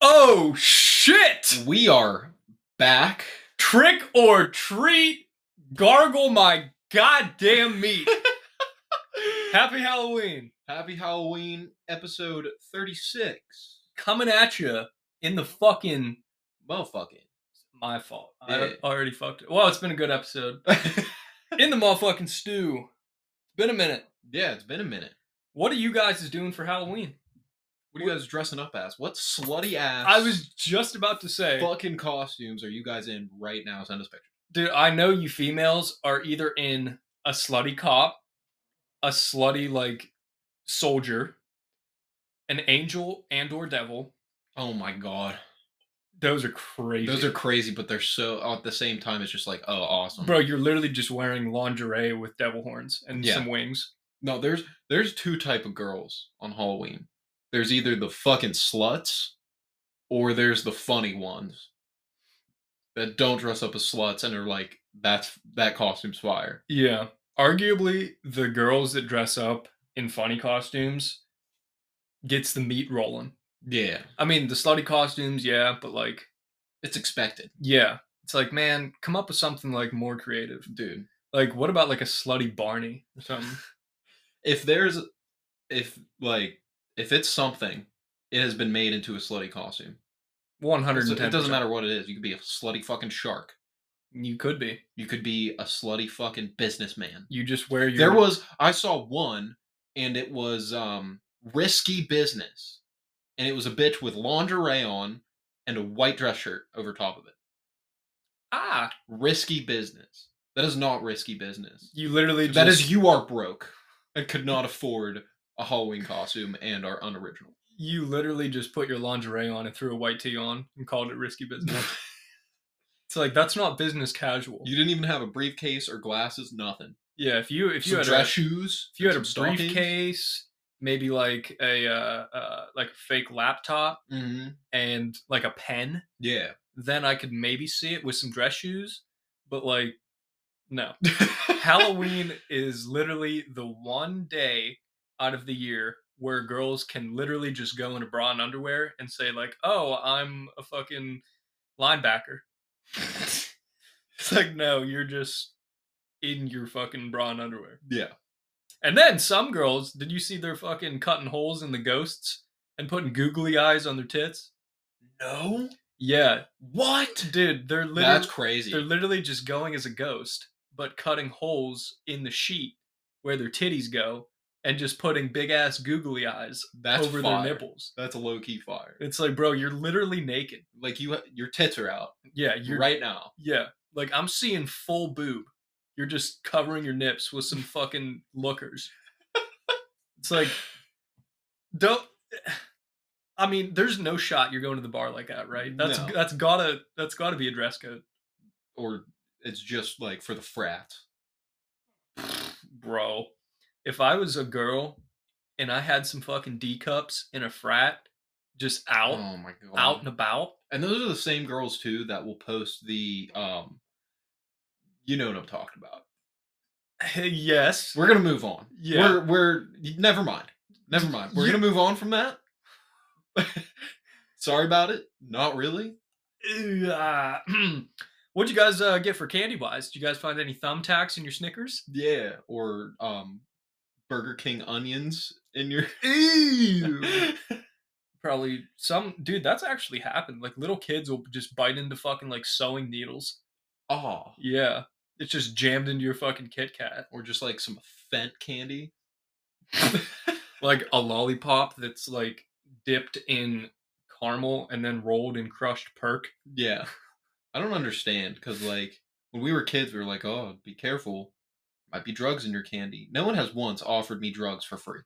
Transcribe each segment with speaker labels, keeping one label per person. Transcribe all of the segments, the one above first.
Speaker 1: Oh shit!
Speaker 2: We are back.
Speaker 1: Trick or treat, gargle my goddamn meat. Happy Halloween.
Speaker 2: Happy Halloween, episode 36.
Speaker 1: Coming at you in the fucking
Speaker 2: Motherfucking.
Speaker 1: my fault.
Speaker 2: Yeah.
Speaker 1: I already fucked it. Well, it's been a good episode. in the motherfucking stew. It's been a minute.
Speaker 2: yeah, it's been a minute.
Speaker 1: What are you guys doing for Halloween?
Speaker 2: What are you guys dressing up as? What slutty ass
Speaker 1: I was just about to say,
Speaker 2: fucking costumes are you guys in right now? Send us pictures.
Speaker 1: dude, I know you females are either in a slutty cop, a slutty like soldier, an angel and or devil.
Speaker 2: Oh my god.
Speaker 1: Those are crazy.
Speaker 2: Those are crazy, but they're so at the same time it's just like, oh awesome.
Speaker 1: bro. You're literally just wearing lingerie with devil horns and
Speaker 2: Yeah.
Speaker 1: some wings.
Speaker 2: No, there's there's two type of girls on Halloween. There's either the fucking sluts or there's the funny ones that don't dress up as sluts and are like that's that costume's fire.
Speaker 1: Yeah, arguably the girls that dress up in funny costumes gets the meat rolling.
Speaker 2: Yeah,
Speaker 1: I mean, the slutty costumes, yeah, but like,
Speaker 2: it's expected,
Speaker 1: yeah, it's like, man, come up with something like more creative.
Speaker 2: dude.
Speaker 1: Like, what about like a slutty Barney or something?
Speaker 2: If there's if like if it's something it has been made into a slutty costume.
Speaker 1: One hundred
Speaker 2: So
Speaker 1: and ten.
Speaker 2: It doesn't matter what it is. You could be a slutty fucking shark.
Speaker 1: You could be.
Speaker 2: You could be a slutty fucking businessman.
Speaker 1: You just wear your.
Speaker 2: There was I saw one and it was um risky business. And it was a bitch with lingerie on and a white dress shirt over top of it.
Speaker 1: ah.
Speaker 2: Risky business. That is not risky business.
Speaker 1: You literally. Just,
Speaker 2: That is you are broke and could not afford a Halloween costume and are unoriginal.
Speaker 1: You literally just put your lingerie on and threw a white tee on and called it risky business. it's like that's not business casual.
Speaker 2: You didn't even have a briefcase or glasses, nothing.
Speaker 1: yeah, if you if
Speaker 2: If
Speaker 1: you
Speaker 2: you
Speaker 1: had
Speaker 2: dress
Speaker 1: a,
Speaker 2: shoes,
Speaker 1: if you had a
Speaker 2: and some stockings.
Speaker 1: briefcase, maybe like a uh, uh like a fake laptop
Speaker 2: Mhm.
Speaker 1: and like a pen,
Speaker 2: Yeah.
Speaker 1: then I could maybe see it with some dress shoes. But like, no. Halloween is literally the one day out of the year where girls can literally just go in a bra and underwear and say like, "Oh, I'm a fucking linebacker." it's like, no, you're just in your fucking bra and underwear.
Speaker 2: yeah.
Speaker 1: And then some girls, did you see they're fucking cutting holes in the ghosts and putting googly eyes on their tits?
Speaker 2: No.
Speaker 1: Yeah,
Speaker 2: What?
Speaker 1: dude, they're literally
Speaker 2: That's crazy.
Speaker 1: they're literally just going as a ghost, but cutting holes in the sheet where their titties go and just putting big ass googly eyes
Speaker 2: That's
Speaker 1: over
Speaker 2: fire.
Speaker 1: their nipples.
Speaker 2: That's a low key fire.
Speaker 1: It's like, bro, you're literally naked.
Speaker 2: Like you, ha- your tits are out
Speaker 1: Yeah, you're
Speaker 2: right now.
Speaker 1: Yeah, like I'm seeing full boob. You're just covering your nips with some fucking lookers. it's like, don't. I mean, there's no shot you're going to the bar like that, right? That's
Speaker 2: No.
Speaker 1: that's gotta that's gotta be a dress code,
Speaker 2: Or it's just like for the frat.
Speaker 1: bro. If I was a girl and I had some fucking D cups in a frat, just out
Speaker 2: Oh my god.
Speaker 1: out and about,
Speaker 2: And those are the same girls too that will post the um. You know what I'm talking about.
Speaker 1: yes,
Speaker 2: We're gonna move on.
Speaker 1: Yeah.
Speaker 2: We're we're never mind. Never mind. We're
Speaker 1: You-
Speaker 2: gonna move on from that. Sorry about it. Not really.
Speaker 1: Uh, what'd you guys uh, get for candy wise? Did you guys find any thumbtacks in your Snickers?
Speaker 2: Yeah. Or um, Burger King onions in your.
Speaker 1: Ew. Probably some dude. That's actually happened. Like little kids will just bite into fucking like sewing needles.
Speaker 2: Oh.
Speaker 1: Yeah, it's just jammed into your fucking Kit Kat.
Speaker 2: Or just like some fent candy.
Speaker 1: Like a lollipop that's like dipped in caramel and then rolled in crushed perk.
Speaker 2: Yeah. I don't understand because, like, when we were kids, we were like, oh, be careful. Might be drugs in your candy. No one has once offered me drugs for free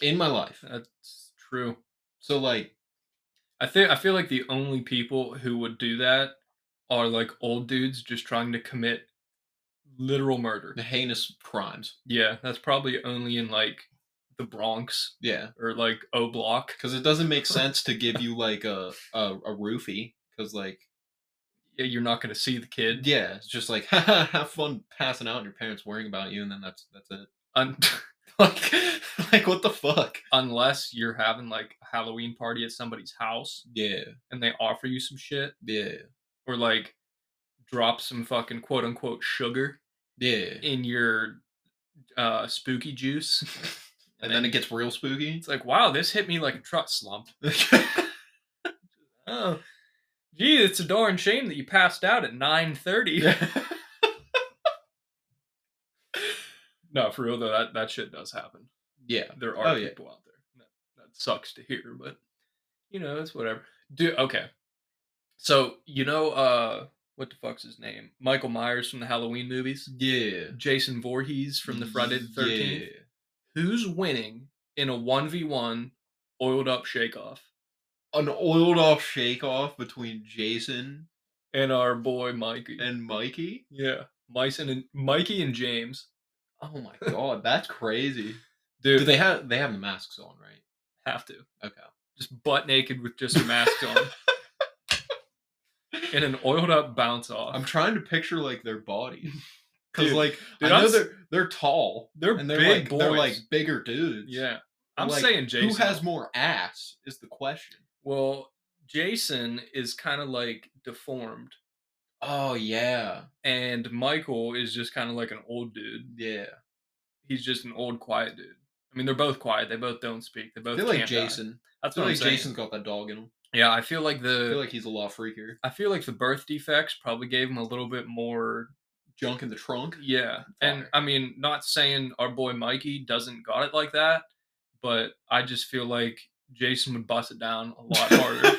Speaker 2: in my life.
Speaker 1: Uh. That's true.
Speaker 2: So, like,
Speaker 1: I think I feel like the only people who would do that are like old dudes just trying to commit literal murder.
Speaker 2: the heinous crimes.
Speaker 1: Yeah, that's probably only in like the Bronx
Speaker 2: Yeah.
Speaker 1: or like O Block.
Speaker 2: Because it doesn't make sense to give you, like, a, a, a roofie. Because, like,
Speaker 1: Yeah, you're not gonna see the kid.
Speaker 2: yeah, it's just like, have fun passing out and your parents worrying about you. And then that's that's it.
Speaker 1: Un-
Speaker 2: like, like what the fuck?
Speaker 1: unless you're having like a Halloween party at somebody's house
Speaker 2: Yeah,
Speaker 1: and they offer you some shit
Speaker 2: yeah,
Speaker 1: or like drop some fucking quote unquote sugar
Speaker 2: yeah.
Speaker 1: in your uh spooky juice.
Speaker 2: And then it gets real spooky.
Speaker 1: it's like, wow, this hit me like a truck slump. Oh. Gee, it's a darn shame that you passed out at 9:30. no, for real though, that, that shit does happen.
Speaker 2: yeah.
Speaker 1: there are
Speaker 2: Oh, yeah.
Speaker 1: people out there. That, that sucks to hear, but you know, it's whatever. Do okay. So you know, uh, what the fuck's his name? Michael Myers from the Halloween movies.
Speaker 2: Yeah.
Speaker 1: Jason Voorhees from the Friday the Thirteenth.
Speaker 2: Yeah.
Speaker 1: Who's winning in a one v one oiled up shakeoff?
Speaker 2: An oiled off shake off between Jason
Speaker 1: And our boy Mikey.
Speaker 2: and Mikey.
Speaker 1: yeah, Myson and Mikey and James.
Speaker 2: Oh my god, that's crazy.
Speaker 1: Dude,
Speaker 2: Do they have they have the masks on, right?
Speaker 1: have to
Speaker 2: Okay.
Speaker 1: just butt naked with just masks on. In an oiled up bounce off.
Speaker 2: I'm trying to picture like their bodies. Cause
Speaker 1: Dude,
Speaker 2: like
Speaker 1: dude,
Speaker 2: I
Speaker 1: I'm
Speaker 2: know
Speaker 1: s-
Speaker 2: they're they're tall
Speaker 1: they're
Speaker 2: and they're
Speaker 1: big
Speaker 2: like
Speaker 1: boys.
Speaker 2: they're like bigger dudes.
Speaker 1: Yeah. I'm
Speaker 2: like,
Speaker 1: saying Jason.
Speaker 2: Who has more ass is the question.
Speaker 1: Well, Jason is kind of like deformed,
Speaker 2: Oh yeah.
Speaker 1: and Michael is just kind of like an old dude.
Speaker 2: Yeah.
Speaker 1: He's just an old, quiet dude. I mean, they're both quiet. They both don't speak. They
Speaker 2: I
Speaker 1: both
Speaker 2: feel like
Speaker 1: can't die.
Speaker 2: Jason. I
Speaker 1: That's
Speaker 2: feel
Speaker 1: what I'm
Speaker 2: like
Speaker 1: saying.
Speaker 2: Jason's got that dog in him.
Speaker 1: Yeah, I feel like the
Speaker 2: I feel like he's a lot freakier.
Speaker 1: the birth defects probably gave him a little bit more.
Speaker 2: Junk in the trunk.
Speaker 1: Yeah, and
Speaker 2: Fire.
Speaker 1: I mean, not saying our boy Mikey doesn't got it like that, but I just feel like Jason would bust it down a lot harder.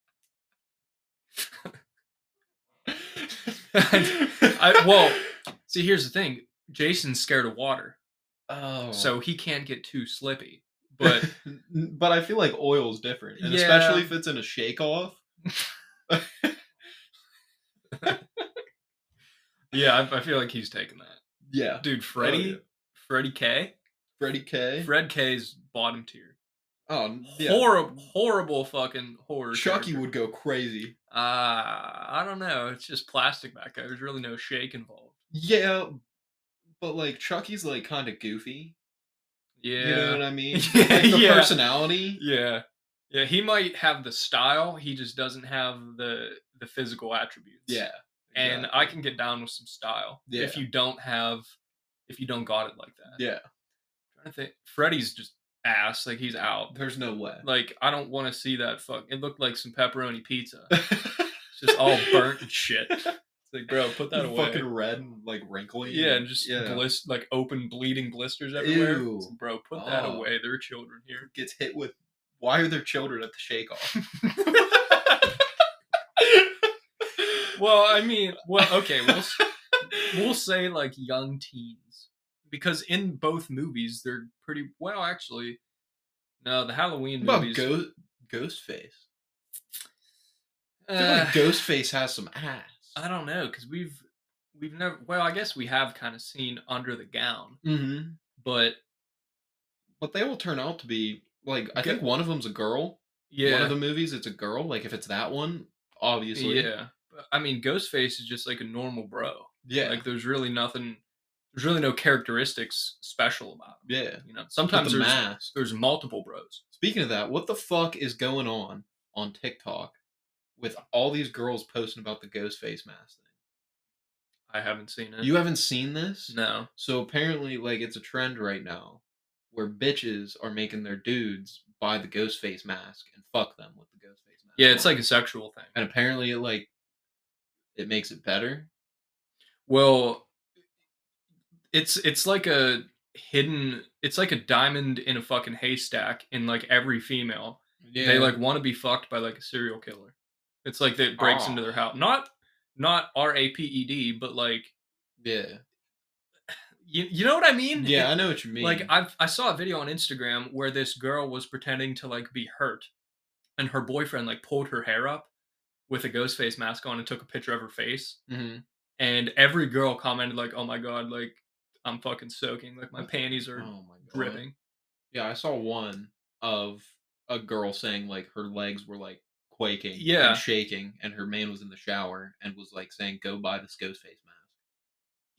Speaker 1: I- well, See, here's the thing: Jason's scared of water.
Speaker 2: oh,
Speaker 1: so he can't get too slippy. But
Speaker 2: but I feel like oil is different, and
Speaker 1: Yeah.
Speaker 2: especially if it's in a shake off.
Speaker 1: yeah, I, I feel like he's taking that.
Speaker 2: Yeah,
Speaker 1: Dude, Freddie,
Speaker 2: Oh, yeah.
Speaker 1: Freddie K,
Speaker 2: Freddie K.
Speaker 1: Fred K's bottom tier.
Speaker 2: oh, n- yeah.
Speaker 1: Horrible, horrible fucking horror.
Speaker 2: Chucky
Speaker 1: character.
Speaker 2: would go crazy.
Speaker 1: Uh, I don't know. It's just plastic back there. There's really no shake involved.
Speaker 2: Yeah, but like Chucky's like kind of goofy.
Speaker 1: Yeah.
Speaker 2: You know what I mean?
Speaker 1: Yeah,
Speaker 2: Like the
Speaker 1: yeah.
Speaker 2: personality.
Speaker 1: yeah. Yeah, he might have the style, he just doesn't have the the physical attributes.
Speaker 2: Yeah.
Speaker 1: And
Speaker 2: exactly.
Speaker 1: I can get down with some style if
Speaker 2: Yeah.
Speaker 1: you don't have if you don't got it like that.
Speaker 2: Yeah,
Speaker 1: trying to think. Freddy's just ass. Like he's out.
Speaker 2: there's no way.
Speaker 1: Like I don't want to see that. Fuck. It looked like some pepperoni pizza. It's just all burnt and shit. It's like, bro, put that away.
Speaker 2: Fucking red and like wrinkly.
Speaker 1: yeah, and just
Speaker 2: yeah.
Speaker 1: blist, like open bleeding blisters everywhere. It's
Speaker 2: Ew.
Speaker 1: like, bro, put that
Speaker 2: Oh.
Speaker 1: away. There are children here.
Speaker 2: gets hit with. Why are there children at the shake off?
Speaker 1: Well, I mean, well, okay, we'll s- we'll say like young teens because in both movies they're pretty well actually. No, the Halloween
Speaker 2: What about
Speaker 1: movies.
Speaker 2: Ghost Ghostface? I feel
Speaker 1: Uh,
Speaker 2: like Ghostface has some ass.
Speaker 1: I don't know because we've we've never. Well, I guess we have kind of seen under the gown,
Speaker 2: Mm-hmm.
Speaker 1: but
Speaker 2: But they all turn out to be like I think
Speaker 1: Go-
Speaker 2: one of them's a girl.
Speaker 1: yeah,
Speaker 2: One of the movies, it's a girl. Like if it's that one, obviously.
Speaker 1: yeah. But, I mean, Ghostface is just like a normal bro.
Speaker 2: Yeah.
Speaker 1: Like, there's really nothing. There's really no characteristics special about him.
Speaker 2: yeah.
Speaker 1: You know,
Speaker 2: With
Speaker 1: sometimes
Speaker 2: the
Speaker 1: there's
Speaker 2: mask.
Speaker 1: there's multiple bros.
Speaker 2: Speaking of that, what the fuck is going on on TikTok with all these girls posting about the Ghostface mask
Speaker 1: I haven't seen it.
Speaker 2: thing? You haven't seen this?
Speaker 1: Uh-huh. no.
Speaker 2: So apparently, like it's a trend right now where bitches are making their dudes buy the Ghostface mask and fuck them with the Ghostface mask.
Speaker 1: Yeah, it's like a sexual thing.
Speaker 2: and apparently it like it makes it better.
Speaker 1: Well, it's it's like a hidden. It's like a diamond in a fucking haystack in like every female.
Speaker 2: Yeah.
Speaker 1: they like want to be fucked by like a serial killer. It's like that breaks into their house. Not not R A P E D, but like
Speaker 2: yeah.
Speaker 1: you, you know what I mean?
Speaker 2: Yeah,
Speaker 1: It-
Speaker 2: I know what you mean.
Speaker 1: like I I saw a video on Instagram where this girl was pretending to like be hurt, and her boyfriend like pulled her hair up with a ghost face mask on and took a picture of her face.
Speaker 2: Mhm.
Speaker 1: And every girl commented like, "Oh my god, like I'm fucking soaking. Like my panties are
Speaker 2: Oh my god.
Speaker 1: dripping."
Speaker 2: Yeah, I saw one of a girl saying like her legs were like quaking
Speaker 1: Yeah.
Speaker 2: and shaking and her man was in the shower and was like saying go buy this Ghostface mask.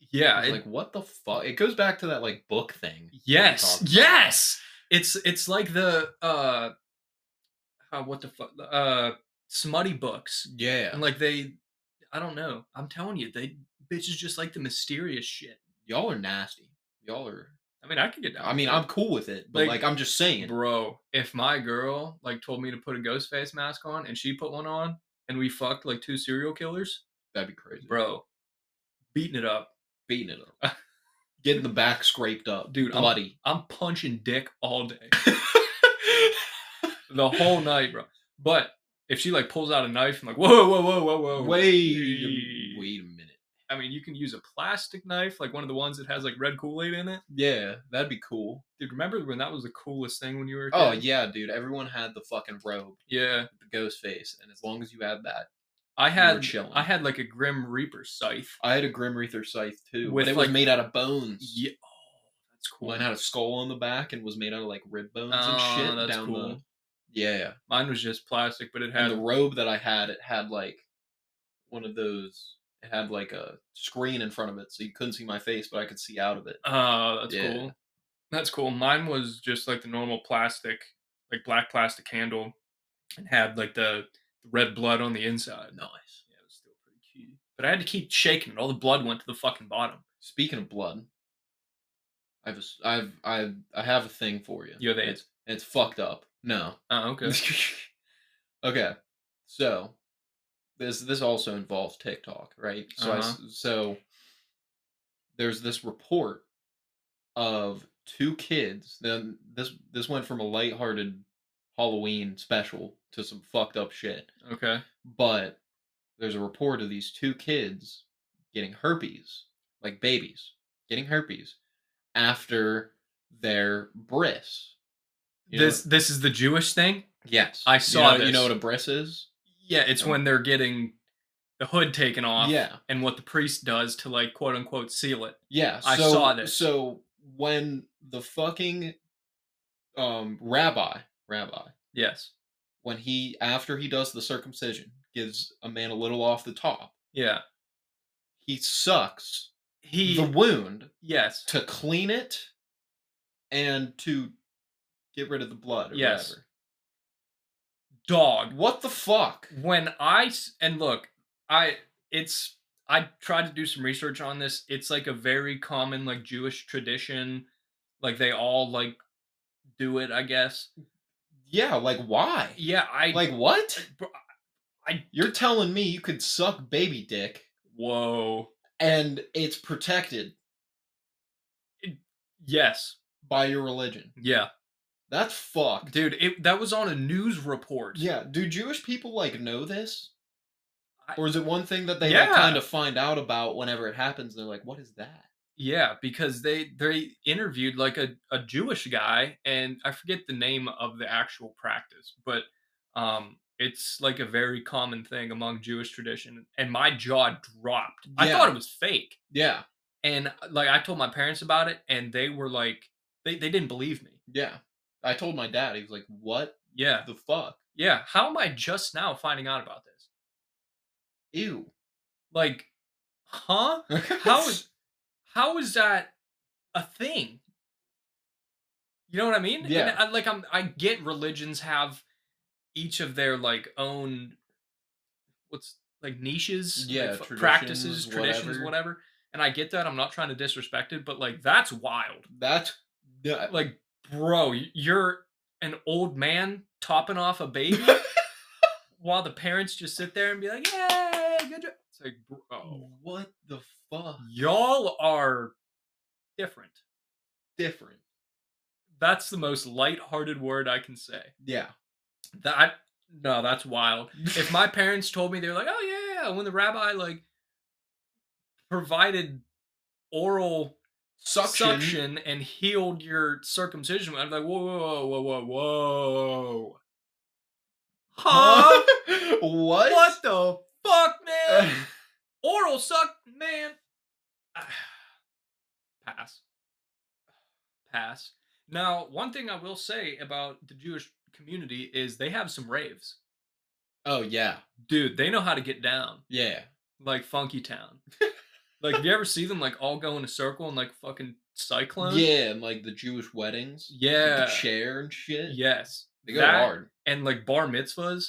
Speaker 2: I
Speaker 1: yeah,
Speaker 2: was
Speaker 1: it-
Speaker 2: like what the fuck? It goes back to that like book thing. that we
Speaker 1: yes,
Speaker 2: talked about.
Speaker 1: yes. It's it's like the uh, uh what the fuck uh smutty books
Speaker 2: Yeah.
Speaker 1: and like they, I don't know. I'm telling you, they bitches just like the mysterious shit.
Speaker 2: Y'all are nasty. Y'all are.
Speaker 1: I mean, I could get down.
Speaker 2: I
Speaker 1: with
Speaker 2: mean,
Speaker 1: it.
Speaker 2: I'm cool with it, but
Speaker 1: Like,
Speaker 2: like, I'm just saying.
Speaker 1: Bro, if my girl like told me to put a ghost face mask on and she put one on and we fucked like two serial killers,
Speaker 2: That'd be crazy.
Speaker 1: bro, beating it up.
Speaker 2: Beating it up. Getting the back scraped up.
Speaker 1: Dude, I'm-
Speaker 2: bloody.
Speaker 1: I'm punching dick all day. the whole night, bro. But if she like pulls out a knife, I'm like, whoa, whoa, whoa, whoa, whoa.
Speaker 2: wait,
Speaker 1: Hey.
Speaker 2: a- Oh, wait a minute.
Speaker 1: I mean, you can use a plastic knife, like one of the ones that has like red Kool-Aid in it.
Speaker 2: Yeah, that'd be cool.
Speaker 1: Dude, remember when that was the coolest thing when you were a
Speaker 2: Oh
Speaker 1: kid?
Speaker 2: yeah, dude. Everyone had the fucking robe,
Speaker 1: Yeah.
Speaker 2: with the ghost face, and as long as you had that,
Speaker 1: I had
Speaker 2: chilling.
Speaker 1: I had like a Grim Reaper scythe.
Speaker 2: I had a Grim Reaper scythe too.
Speaker 1: With,
Speaker 2: but it
Speaker 1: like-
Speaker 2: was made out of bones.
Speaker 1: Yeah. Oh, that's cool.
Speaker 2: Mine had a skull on the back and was made out of like rib bones and
Speaker 1: Oh,
Speaker 2: shit
Speaker 1: that's
Speaker 2: down the.
Speaker 1: cool.
Speaker 2: Yeah,
Speaker 1: Mine was just plastic, but it had
Speaker 2: and the robe that I had, it had like one of those. It had like a screen in front of it, so you couldn't see my face, but I could see out of it.
Speaker 1: Oh, that's
Speaker 2: Yeah.
Speaker 1: cool. That's cool. Mine was just like the normal plastic, like black plastic handle, and had like the the red blood on the inside.
Speaker 2: Nice.
Speaker 1: Yeah, it was still pretty cute. But I had to keep shaking it. All the blood went to the fucking bottom.
Speaker 2: Speaking of blood, I've a s- I've I I have a thing for you.
Speaker 1: You have
Speaker 2: and
Speaker 1: AIDS?
Speaker 2: It's, and it's fucked up. No.
Speaker 1: Oh, okay.
Speaker 2: okay. So this this also involves TikTok, right? So I
Speaker 1: Uh-huh.
Speaker 2: s- so there's this report of two kids. Then this this went from a lighthearted Halloween special to some fucked up shit.
Speaker 1: Okay.
Speaker 2: But there's a report of these two kids getting herpes, like babies, getting herpes after their bris. You know-
Speaker 1: this this is the Jewish thing.
Speaker 2: Yes.
Speaker 1: I
Speaker 2: You
Speaker 1: saw
Speaker 2: know- You know
Speaker 1: this.
Speaker 2: what a bris is?
Speaker 1: Yeah, it's
Speaker 2: Oh.
Speaker 1: when they're getting the hood taken off.
Speaker 2: Yeah.
Speaker 1: And what the priest does to like quote unquote seal it.
Speaker 2: Yeah. So,
Speaker 1: I saw this.
Speaker 2: So when the fucking um rabbi, rabbi,
Speaker 1: Yes.
Speaker 2: when he after he does the circumcision, gives a man a little off the top,
Speaker 1: Yeah.
Speaker 2: he sucks
Speaker 1: He.
Speaker 2: the wound
Speaker 1: yes.
Speaker 2: to clean it and to get rid of the blood or
Speaker 1: Yes.
Speaker 2: whatever.
Speaker 1: Dog.
Speaker 2: What the fuck?
Speaker 1: when I s- and look, I it's I tried to do some research on this. It's like a very common like Jewish tradition. Like they all like do it, I guess.
Speaker 2: Yeah, like why?
Speaker 1: Yeah, I
Speaker 2: Like what?
Speaker 1: bro, I-
Speaker 2: You're telling me you could suck baby dick
Speaker 1: whoa.
Speaker 2: and it's protected
Speaker 1: Yes.
Speaker 2: by your religion.
Speaker 1: Yeah.
Speaker 2: That's fucked.
Speaker 1: Dude, it that was on a news report.
Speaker 2: Yeah, do Jewish people like know this?
Speaker 1: I-
Speaker 2: Or is it one thing that they
Speaker 1: Yeah.
Speaker 2: like, kind of find out about whenever it happens? And they're like, "What is that?"
Speaker 1: Yeah, because they they interviewed like a, a Jewish guy and I forget the name of the actual practice, but um it's like a very common thing among Jewish tradition and my jaw dropped. I thought it was fake.
Speaker 2: Yeah,
Speaker 1: And uh, like I told my parents about it and they were like they, they didn't believe me.
Speaker 2: yeah. I told my dad. He was like, "What
Speaker 1: Yeah.
Speaker 2: the fuck?
Speaker 1: Yeah, how am I just now finding out about this?
Speaker 2: Ew."
Speaker 1: Like huh? How is how is that a thing? You know what I mean? And
Speaker 2: Yeah.
Speaker 1: I, like I'm, I get religions have each of their like own what's like niches, like,
Speaker 2: Yeah,
Speaker 1: f- practices,
Speaker 2: traditions,
Speaker 1: traditions, whatever.
Speaker 2: whatever.
Speaker 1: And I get that. I'm not trying to disrespect it, but like that's wild.
Speaker 2: that's yeah,
Speaker 1: Like, bro, y- you're an old man topping off a baby. While the parents just sit there and be like, "Yay, good job!" It's like, bro,
Speaker 2: what the fuck?
Speaker 1: y'all are different.
Speaker 2: Different.
Speaker 1: That's the most lighthearted word I can say.
Speaker 2: Yeah.
Speaker 1: That I, no, that's wild. If my parents told me they were like, "Oh yeah, yeah," when the rabbi like provided oral
Speaker 2: Suction.
Speaker 1: suction and healed your circumcision, I'd be like, "Whoa, whoa, whoa, whoa, whoa!" Huh?
Speaker 2: Huh? what?
Speaker 1: what the fuck, man? oral suck, man. Pass. Pass. Now, one thing I will say about the Jewish community is they have some raves.
Speaker 2: oh yeah,
Speaker 1: Dude, they know how to get down,
Speaker 2: yeah.
Speaker 1: like Funky Town. Like, have you ever see them like all go in a circle and like fucking cyclone?
Speaker 2: Yeah, and like the Jewish weddings. with
Speaker 1: Yeah.
Speaker 2: The chair and shit.
Speaker 1: Yes.
Speaker 2: They go
Speaker 1: That-
Speaker 2: hard.
Speaker 1: And like bar mitzvahs.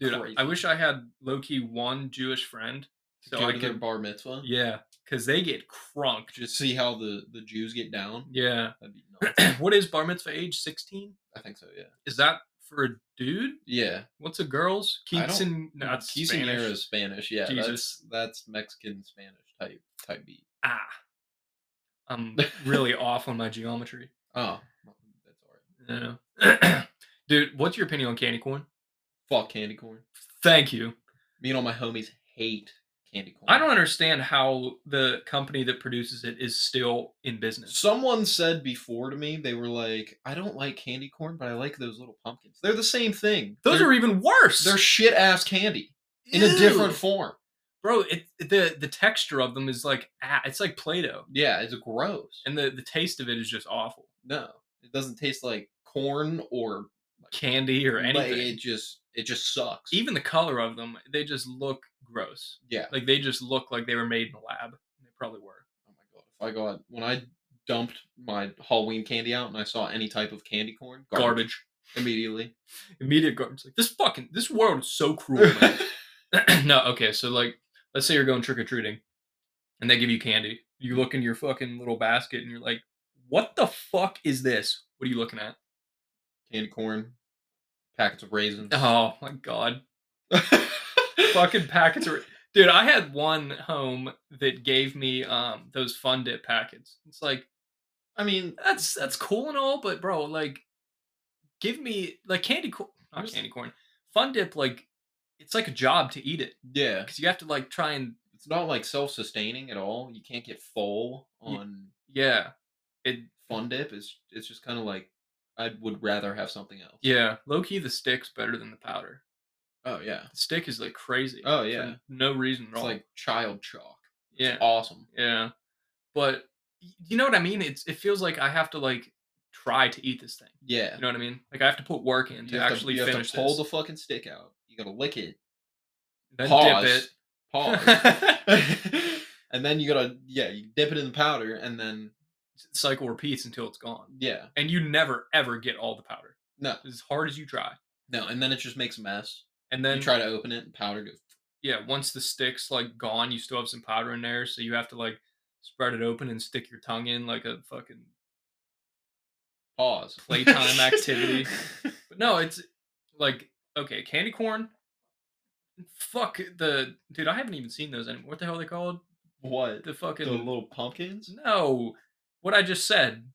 Speaker 1: Dude, I-
Speaker 2: Crazy.
Speaker 1: I wish I had low key one Jewish friend. So
Speaker 2: go
Speaker 1: I
Speaker 2: to their
Speaker 1: could.
Speaker 2: bar mitzvah.
Speaker 1: Yeah. Cause they get crunked.
Speaker 2: Just see how the, the Jews get down.
Speaker 1: Yeah.
Speaker 2: That'd be nuts.
Speaker 1: what is bar mitzvah age? 16?
Speaker 2: I think so, yeah.
Speaker 1: Is that for a dude?
Speaker 2: Yeah.
Speaker 1: What's a girl's?
Speaker 2: I don't-
Speaker 1: Quincean- no, that's
Speaker 2: Quinceañera
Speaker 1: Spanish.
Speaker 2: is Spanish, yeah.
Speaker 1: Jesus.
Speaker 2: That's that's Mexican Spanish type type beat.
Speaker 1: Ah. I'm really off on my geometry.
Speaker 2: Oh. well, That's alright.
Speaker 1: Yeah. Dude, what's your opinion on candy corn?
Speaker 2: Fuck candy corn.
Speaker 1: Thank you.
Speaker 2: Me and all my homies hate candy corn.
Speaker 1: I don't understand how the company that produces it is still in business.
Speaker 2: Someone said before to me, they were like, I don't like candy corn, but I like those little pumpkins. They're the same thing.
Speaker 1: Those
Speaker 2: They're-
Speaker 1: are even worse.
Speaker 2: they're shit ass candy. in a different
Speaker 1: Ew.
Speaker 2: form.
Speaker 1: bro. It, the the texture of them is like ah, it's like Play-Doh,
Speaker 2: Yeah, it's gross.
Speaker 1: and the the taste of it is just awful.
Speaker 2: No, it doesn't taste like corn or
Speaker 1: Candy or
Speaker 2: like,
Speaker 1: anything.
Speaker 2: It just it just sucks.
Speaker 1: even the color of them, they just look gross.
Speaker 2: yeah.
Speaker 1: Like they just look like they were made in a lab. They probably were.
Speaker 2: Oh my god! If I got when I dumped my Halloween candy out and I saw any type of candy corn,
Speaker 1: Garbage.
Speaker 2: immediely.
Speaker 1: Immediate garbage. Like this fucking this world is so cruel. man. no, okay, so like let's say you're going trick or treating and they give you candy. You look in your fucking little basket and you're like, "What the fuck is this? What are you looking at?"
Speaker 2: candy corn, packets of raisins.
Speaker 1: Oh my god. fucking packets are Dude, I had one home that gave me um those fun dip packets. It's like
Speaker 2: I mean,
Speaker 1: that's that's cool and all, but bro, like give me like candy corn, not
Speaker 2: Where's the-
Speaker 1: candy corn. Fun dip like it's like a job to eat it
Speaker 2: yeah,
Speaker 1: cuz you have to like try and
Speaker 2: it's not like self-sustaining at all. You can't get full
Speaker 1: Ye-
Speaker 2: on
Speaker 1: yeah. It
Speaker 2: fun dip. It's it's just kind of like I would rather have something else.
Speaker 1: Yeah, low key the stick's better than the powder.
Speaker 2: Oh yeah.
Speaker 1: The stick is like crazy.
Speaker 2: Oh,
Speaker 1: for
Speaker 2: yeah.
Speaker 1: no reason at
Speaker 2: It's
Speaker 1: all.
Speaker 2: like child chalk. It's
Speaker 1: yeah,
Speaker 2: awesome.
Speaker 1: yeah. But y- you know what I mean? It's it feels like I have to like try to eat this thing.
Speaker 2: Yeah.
Speaker 1: You know what I mean? Like I have to put work in to
Speaker 2: have
Speaker 1: actually
Speaker 2: you have
Speaker 1: finish
Speaker 2: pull
Speaker 1: this.
Speaker 2: the fucking stick out. You gotta lick it.
Speaker 1: then
Speaker 2: pause.
Speaker 1: dip
Speaker 2: Pause.
Speaker 1: it.
Speaker 2: and then you gotta yeah, you dip it in the powder and then
Speaker 1: Cycle repeats until it's gone,
Speaker 2: yeah.
Speaker 1: and you never ever get all the powder
Speaker 2: No.
Speaker 1: as hard as you try.
Speaker 2: No, and then it just makes a mess.
Speaker 1: And then
Speaker 2: you try to open it and powder goes
Speaker 1: yeah, once the stick's like gone, you still have some powder in there, so you have to like spread it open and stick your tongue in like a fucking
Speaker 2: pause.
Speaker 1: Playtime activity. But no, it's like okay, candy corn. Fuck the dude. I haven't even seen those anymore. What the hell are they called?
Speaker 2: What?
Speaker 1: The
Speaker 2: The
Speaker 1: fucking Mm.
Speaker 2: little pumpkins?
Speaker 1: no. What I just said.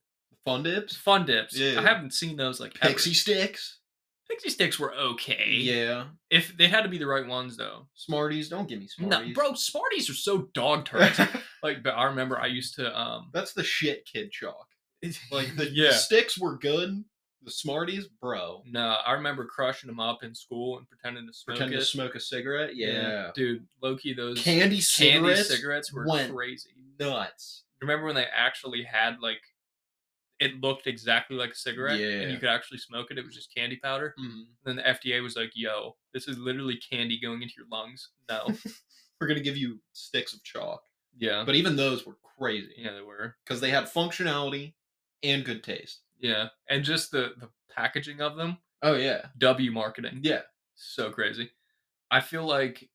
Speaker 2: Fun
Speaker 1: It's
Speaker 2: dips?
Speaker 1: fun dips.
Speaker 2: Yeah.
Speaker 1: I haven't seen those like ever.
Speaker 2: Pixie sticks?
Speaker 1: Pixie sticks were okay.
Speaker 2: Yeah.
Speaker 1: If they had to be the right ones though.
Speaker 2: Smarties, don't give me
Speaker 1: No,
Speaker 2: smarties.
Speaker 1: bro, Smarties are so dog turds. like, but I remember I used to um
Speaker 2: That's the shit kid chalk. Like the
Speaker 1: yeah.
Speaker 2: sticks were good. The Smarties, bro.
Speaker 1: No, I remember crushing them up in school and pretending to smoke
Speaker 2: Pretend
Speaker 1: it.
Speaker 2: to smoke a cigarette. Yeah.
Speaker 1: dude, Loki, those candy
Speaker 2: Candy cigarettes.
Speaker 1: cigarettes were
Speaker 2: went
Speaker 1: crazy.
Speaker 2: Nuts.
Speaker 1: remember when they actually had like it looked exactly like a cigarette and
Speaker 2: Yeah.
Speaker 1: you could actually smoke it it was just candy powder and then the fda was like yo this is literally candy going into your lungs no
Speaker 2: We're gonna give you sticks of chalk.
Speaker 1: yeah
Speaker 2: But even those were crazy
Speaker 1: yeah they were
Speaker 2: because they had functionality and good taste.
Speaker 1: yeah and just the the packaging of them
Speaker 2: Oh yeah.
Speaker 1: w marketing
Speaker 2: Yeah.
Speaker 1: so crazy i feel like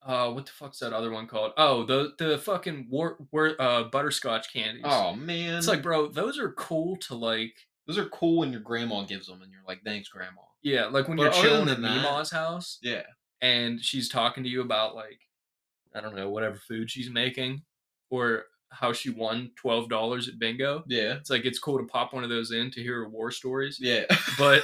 Speaker 1: uh what the fuck's that other one called oh the the fucking war, war uh butterscotch candies
Speaker 2: Oh man.
Speaker 1: it's like bro those are cool to like
Speaker 2: those are cool when your grandma gives them and you're like, thanks, grandma.
Speaker 1: yeah like when
Speaker 2: But
Speaker 1: you're
Speaker 2: other
Speaker 1: chilling at
Speaker 2: than that-
Speaker 1: Mima's house
Speaker 2: Yeah.
Speaker 1: and she's talking to you about like I don't know whatever food she's making or how she won twelve dollars at bingo.
Speaker 2: Yeah.
Speaker 1: It's like it's cool to pop one of those in to hear her war stories,
Speaker 2: Yeah.
Speaker 1: but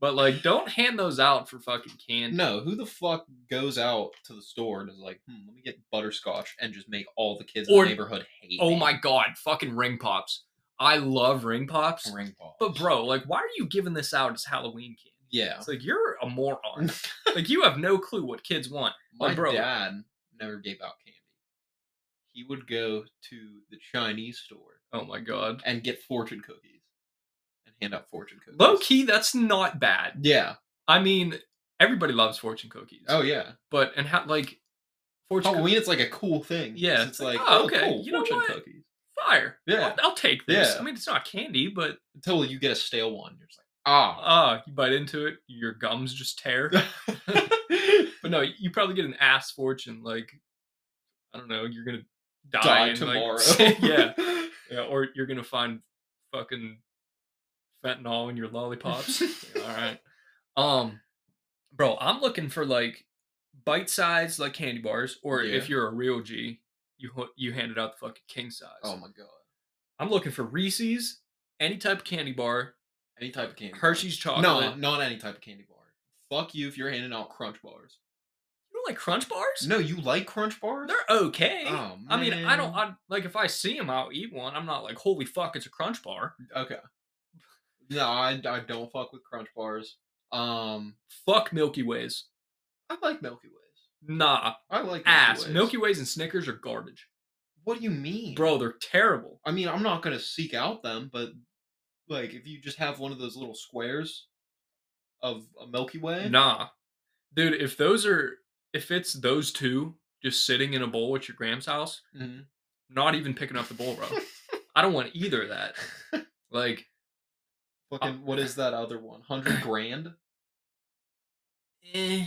Speaker 1: but like don't hand those out for fucking candy.
Speaker 2: no, who the fuck goes out to the store and is like, hmm, let me get butterscotch and just make all the kids
Speaker 1: Or-
Speaker 2: in the neighborhood hate
Speaker 1: Oh
Speaker 2: me."
Speaker 1: my god, fucking ring pops! I love ring pops,
Speaker 2: ring balls.
Speaker 1: but bro, like why are you giving this out as Halloween candy?
Speaker 2: Yeah.
Speaker 1: It's like you're a moron. like you have no clue what kids want.
Speaker 2: My
Speaker 1: Like, bro-
Speaker 2: dad never gave out candy. He would go to the Chinese store
Speaker 1: Oh my god.
Speaker 2: and get fortune cookies and hand out fortune cookies.
Speaker 1: Low key, that's not bad.
Speaker 2: Yeah.
Speaker 1: I mean, everybody loves fortune cookies.
Speaker 2: Oh yeah.
Speaker 1: But and how like Fortune
Speaker 2: Halloween, it's like a cool thing. 'cause
Speaker 1: Yeah,
Speaker 2: It's like,
Speaker 1: oh,
Speaker 2: oh,
Speaker 1: okay,
Speaker 2: cool.
Speaker 1: you know
Speaker 2: fortune
Speaker 1: what?
Speaker 2: cookies.
Speaker 1: fire.
Speaker 2: Yeah.
Speaker 1: I'll, I'll take this.
Speaker 2: Yeah.
Speaker 1: I mean, it's not candy, but
Speaker 2: Until you get a stale one. You're just like, ah.
Speaker 1: ah, you bite into it, your gums just tear. but no, you probably get an ass fortune. Like, I don't know, you're gonna die,
Speaker 2: Die
Speaker 1: in,
Speaker 2: tomorrow.
Speaker 1: Like, yeah, yeah, or you're gonna find fucking fentanyl in your lollipops. All right. Um, bro, I'm looking for like bite size like candy bars, or
Speaker 2: Yeah.
Speaker 1: if you're a real G, you ho- you handed out the fucking king size.
Speaker 2: Oh my god.
Speaker 1: I'm looking for Reese's, any type of candy bar,
Speaker 2: Any type of candy. bar.
Speaker 1: Hershey's chocolate.
Speaker 2: No, not any type of candy bar. Fuck you if you're handing out crunch bars.
Speaker 1: you don't like Crunch bars?
Speaker 2: No, you like crunch bars?
Speaker 1: they're okay.
Speaker 2: Oh, man.
Speaker 1: I mean, I don't I, like if I see them, I'll eat one. I'm not like, holy fuck, it's a Crunch bar.
Speaker 2: Okay. No, I, I don't fuck with crunch bars. Um,
Speaker 1: Fuck Milky Ways.
Speaker 2: I like Milky Ways.
Speaker 1: Nah,
Speaker 2: I like Milky
Speaker 1: ass.
Speaker 2: Ways.
Speaker 1: Milky Ways and Snickers are garbage,
Speaker 2: What do you mean,
Speaker 1: bro. They're terrible.
Speaker 2: I mean, I'm not gonna seek out them, but like if you just have one of those little squares of a Milky Way,
Speaker 1: Nah, dude. If those are, if it's those two just sitting in a bowl at your Graham's house,
Speaker 2: Mhm.
Speaker 1: not even picking up the bowl, bro. I don't want either of that. Like,
Speaker 2: fucking what is that other one? Hundred grand.
Speaker 1: eh,
Speaker 2: I don't really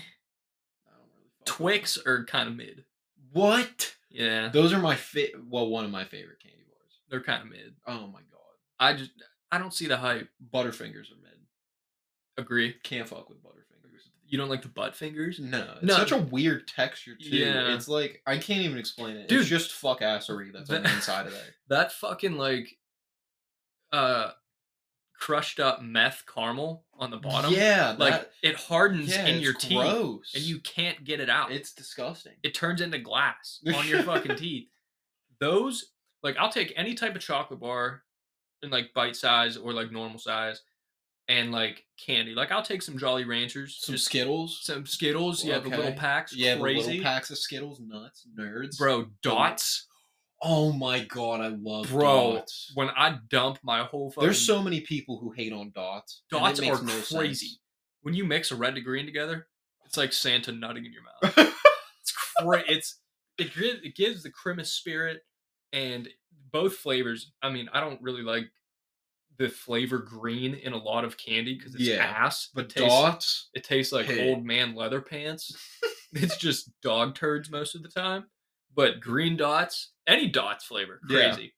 Speaker 2: fuck with them.
Speaker 1: Twix are kind of mid.
Speaker 2: What?
Speaker 1: Yeah,
Speaker 2: Those are my fa- well, one of my favorite candy bars.
Speaker 1: they're kind of mid.
Speaker 2: Oh my god,
Speaker 1: I just, I don't see the hype.
Speaker 2: Butterfingers are mid.
Speaker 1: Agree.
Speaker 2: Can't fuck with Butterfingers.
Speaker 1: You don't like the butt fingers?
Speaker 2: No, it's
Speaker 1: No.
Speaker 2: such a weird texture too.
Speaker 1: Yeah.
Speaker 2: It's like I can't even explain it.
Speaker 1: Dude.
Speaker 2: It's just fuck assery that's on
Speaker 1: That-
Speaker 2: the inside of there.
Speaker 1: That fucking like, uh, crushed up meth caramel on the bottom.
Speaker 2: Yeah,
Speaker 1: Like
Speaker 2: that-
Speaker 1: it hardens
Speaker 2: yeah,
Speaker 1: in your
Speaker 2: it's
Speaker 1: teeth,
Speaker 2: gross.
Speaker 1: and you can't get it out.
Speaker 2: It's disgusting.
Speaker 1: it turns into glass on your fucking teeth. Those, like, I'll take any type of chocolate bar in like bite size or like normal size and like candy. Like, I'll take some Jolly Ranchers,
Speaker 2: Some
Speaker 1: just
Speaker 2: Skittles.
Speaker 1: some Skittles. Yeah, the little
Speaker 2: Okay.
Speaker 1: packs.
Speaker 2: Yeah,
Speaker 1: crazy.
Speaker 2: the little packs of Skittles, nuts, nerds.
Speaker 1: Bro, dots.
Speaker 2: Oh my god, I love
Speaker 1: Bro,
Speaker 2: dots.
Speaker 1: When I dump my whole fucking.
Speaker 2: There's so many people who hate on dots. and it
Speaker 1: Dots
Speaker 2: makes
Speaker 1: are
Speaker 2: no sense.
Speaker 1: crazy. When you mix a red to green together, it's like Santa nutting in your mouth. It's cra- it's it, gi- it gives the Christmas spirit and both flavors. I mean, I don't really like the flavor green in a lot of candy because it's
Speaker 2: Yeah,
Speaker 1: ass, but
Speaker 2: But
Speaker 1: tastes,
Speaker 2: dots,
Speaker 1: it tastes like
Speaker 2: Hey.
Speaker 1: old man leather pants. it's just dog turds most of the time. But green dots, any dots flavor,
Speaker 2: Yeah.
Speaker 1: crazy.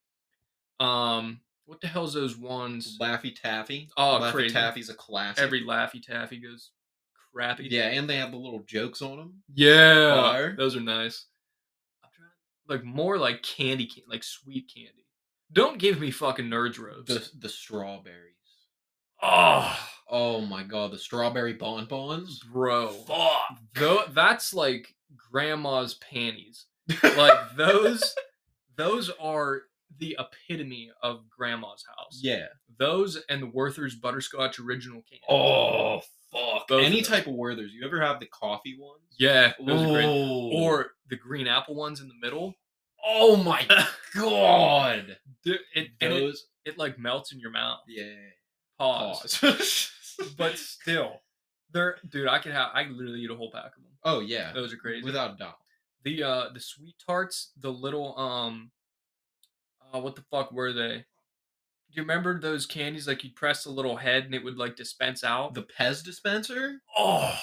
Speaker 1: Um, what the hell's those ones?
Speaker 2: Laffy Taffy.
Speaker 1: Oh,
Speaker 2: Laffy
Speaker 1: crazy!
Speaker 2: Taffy's a classic.
Speaker 1: Every Laffy Taffy goes crappy.
Speaker 2: yeah, and they have the little jokes on them.
Speaker 1: Yeah,
Speaker 2: Fire.
Speaker 1: those are nice. I'm trying like more like candy, can- like sweet candy. Don't give me fucking Nerds Rose.
Speaker 2: The the strawberries.
Speaker 1: oh,
Speaker 2: Oh my god, the strawberry bonbons.
Speaker 1: bro, Tho- that's like grandma's panties. Like those, those are the epitome of grandma's house.
Speaker 2: Yeah.
Speaker 1: Those and the Werther's butterscotch original candy.
Speaker 2: Oh fuck.
Speaker 1: Both of
Speaker 2: Any
Speaker 1: those.
Speaker 2: type of Werther's. You ever have the coffee ones?
Speaker 1: yeah, those are great.
Speaker 2: Oh.
Speaker 1: Or the green apple ones in the middle.
Speaker 2: oh my god.
Speaker 1: Dude, it, and it,
Speaker 2: Those.
Speaker 1: it like melts in your mouth.
Speaker 2: yeah.
Speaker 1: Pause.
Speaker 2: Pause.
Speaker 1: but still, they're dude. I could have. I could literally eat a whole pack of them.
Speaker 2: oh yeah,
Speaker 1: Those are crazy.
Speaker 2: without a doubt.
Speaker 1: the uh the sweet tarts, the little um, uh, what the fuck were they? Do you remember those candies? Like you press the little head and it would like dispense out.
Speaker 2: The Pez dispenser.
Speaker 1: oh,